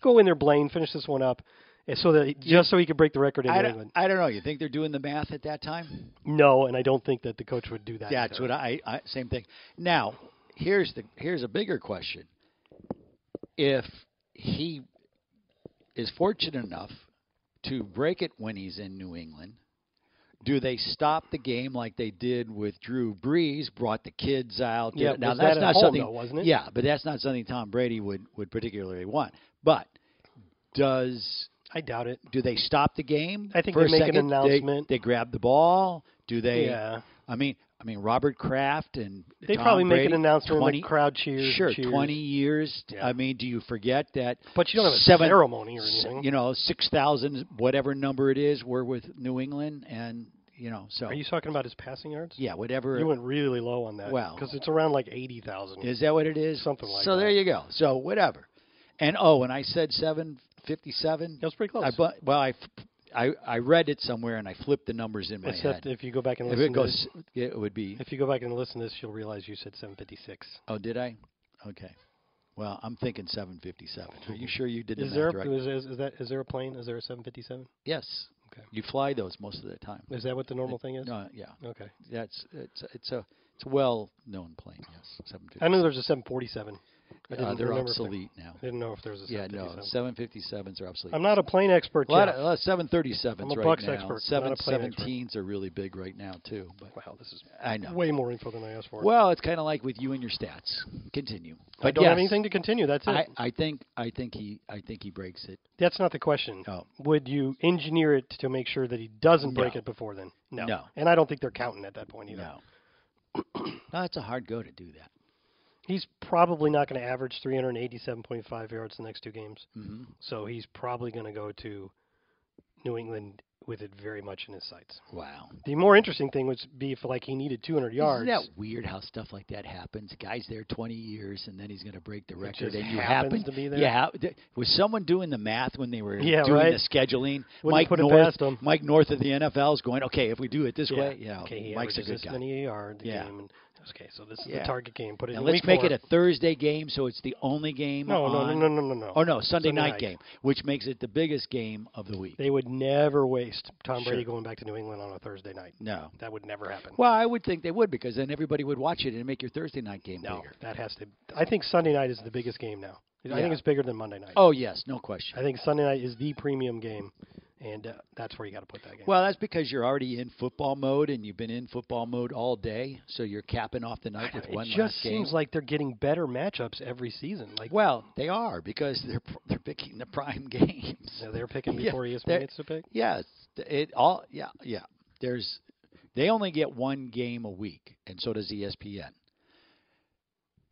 Go in there, Blaine, finish this one up, and so that just so he could break the record in
I
New
don't,
England.
I don't know. You think they're doing the math at that time?
No, and I don't think that the coach would do that.
That's
to
what
him.
I, I same thing. Now, here's the here's a bigger question. If he is fortunate enough to break it when he's in New England, do they stop the game like they did with Drew Brees? Brought the kids out. did
Yeah,
it- now
was that
that's
at
not
home,
something.
though, wasn't it?
Yeah, but that's not something Tom Brady would would particularly want. But does
I doubt it.
Do they stop the game?
I think
for
they make
a
an
second? They-
announcement.
They, grab the ball. Do they?
yeah,
I mean, I mean Robert Kraft and
they
Tom
probably make
Brady,
an announcement.
20
like crowd cheers.
sure,
cheers.
twenty years.
Yeah.
I mean, do you forget that?
But you don't have a
seven-
ceremony or
s-
anything.
You know, six thousand, whatever number it is, we're with New England, and you know, so
Are you talking about his passing yards?
yeah, whatever.
You went really low on that.
Well-
because it's around like eighty thousand.
Is that what it is?
Something like
so So there
that.
you go. So whatever. And oh, and I said seven fifty-seven.
That was pretty close.
I bu- well, I, f- I I read it somewhere and I flipped the numbers in my
Except
head.
if you go back and
If
listen
it
to
goes, it would be.
this, if you go back and listen to this, you'll realize you said seven fifty six.
Oh, did I? Okay. Well, I'm thinking 757. Are you sure you did the
Is there
math
a,
right?
is, is, is that is there a plane? Is there a seven fifty seven?
yes.
Okay.
You fly those most of the time.
Is that what the normal thing is?
No, yeah.
Okay.
That's it's it's a it's a well-known plane. Yes, 757.
I knew there was a seven forty seven. I
Uh,
didn't
they're
remember if there-
obsolete now.
I didn't know if there was a
Yeah,
seven
no, 757s are obsolete.
I'm not a plane expert.
a lot
Jeff.
of uh, 737s
I'm a
right
Bucks
now.
expert, not a plane expert.
717s are really big right now too. But
wow, this is
I know.
way more info than I asked for.
Well, it's kind of like with you and your stats. Continue. But
I don't have
yes,
anything to continue. That's it.
I, I think I think he I think he breaks it.
That's not the question.
Oh.
Would you engineer it to make sure that he doesn't break
No.
it before then? No.
No.
And I don't think they're counting at that point either.
No. no, Oh, it's a hard go to do that.
He's probably not going to average 387.5 yards the next two games.
hmm
So he's probably going to go to New England with it very much in his sights.
Wow.
The more interesting thing would be if like he needed 200 yards.
Isn't that weird how stuff like that happens? Guy's there 20 years and then he's going to break the record.
just
and you
happens
happen
to be there.
Yeah. how- th- Was someone doing the math when they were
Yeah,
doing
right.
the scheduling? Mike
put it
North.
past 'em.
Mike North of the NFL is going. Okay, if we do it this way, yeah.
okay, he
Mike's a
averages
good
this
guy.
many yards a
Yeah.
game. And, okay, so this is
Yeah.
the target game. Put it
Now
in
let's
week
make
four.
it a Thursday game, so it's the only game.
no, no,
on-
no, no, no, no, no.
Or Oh, no, Sunday,
Sunday
night,
night.
game, which makes it the biggest game of the week.
They would never waste Tom Brady
Sure.
going back to New England on a Thursday night.
no.
That would never happen.
Well, I would think they would because then everybody would watch it and make your Thursday night game
no,
bigger.
that has to. I think Sunday night is the biggest game now. I
Yeah.
think it's bigger than Monday night.
Oh yes, no question.
I think Sunday night is the premium game, and uh, that's where you got to put that game.
Well, that's because you're already in football mode and you've been in football mode all day, so you're capping off the night with
it
one
just
last game.
seems like they're getting better matchups every season. Like
well, they are because they're pr- they're picking the prime games.
you know, they're picking
Yeah,
before E ESPN
they're-
gets to pick.
Yes, it all yeah yeah. There's they only get one game a week, and so does E ESPN.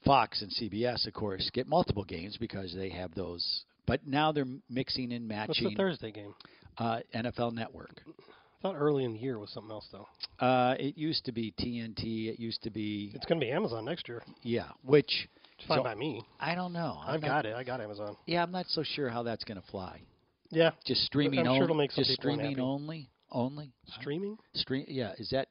Fox and CBS, of course, get multiple games because they have those. But now they're mixing and
What's
matching
the Thursday game?
uh, NFL Network.
I thought early in the year was something else though.
Uh, it used to be TNT. It used to be
It's going to be Amazon next year.
yeah, which
It's fine
So-
by me.
I don't know.
I've got it. I got Amazon.
Yeah, I'm not so sure how that's going to fly.
Yeah,
Just streaming
I'm sure
only.
it'll make some
just
people
streaming
unhappy.
only. Only
streaming.
stream. Yeah, is that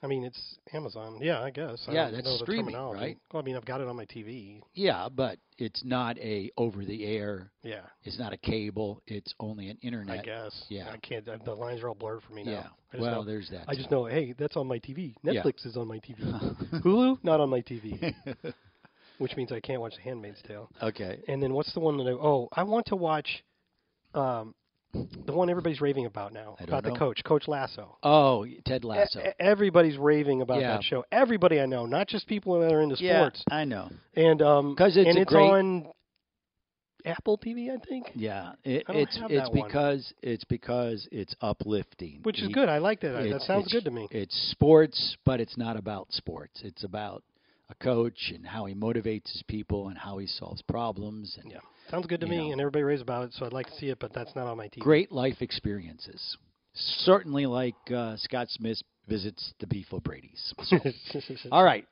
I mean, it's Amazon. Yeah, I guess. I
Yeah,
don't
that's
know the
streaming,
terminology.
right?
Well, I mean, I've got it on my TV.
yeah? But it's not a over the air.
Yeah,
It's not a cable. It's only an internet.
I guess.
yeah.
I can't. I, the lines are all blurred for me now.
Yeah.
I just
Well,
know,
there's that.
I just know. Hey, that's on my TV.
Yeah.
Netflix is on my TV. Hulu not on my TV, which means I can't watch The Handmaid's Tale.
okay.
And then what's the one that I? Oh, I want to watch. Um, the one everybody's raving about now
I don't
about
know.
the coach, Coach Lasso.
Oh, Ted
E-
Lasso.
e- Everybody's raving about
Yeah.
that show. Everybody I know, not just people that are into
yeah,
sports.
I know.
and um
'Cause it's
and
a
it's
great-
on Apple TV, I think,
Yeah, it,
I don't
it's
have
it's
that one.
because it's because it's uplifting,
which is
He-
good. I like that.
It's-
that sounds
it's-
good to me.
It's sports, but it's not about sports. It's about a coach and how he motivates his people and how he solves problems and
Yeah, sounds good to
you
me,
know.
and everybody raves about it, so I'd like to see it, but that's not on my TV.
great life experiences. Certainly, like uh, Scott Smith visits the Beef O'Brady's. So, all right.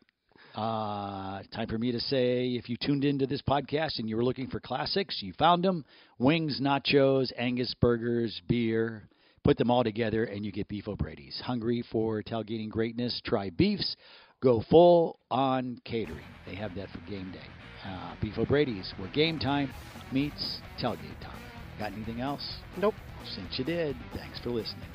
Uh, time for me to say if you tuned into this podcast and you were looking for classics, you found them wings, nachos, Angus burgers, beer. Put them all together and you get Beef O'Brady's. Hungry for tailgating greatness? Try Beef's. Go full on catering. They have that for game day. Uh, Beef O'Brady's, where game time meets tailgate time. Got anything else?
Nope.
Since you did, thanks for listening.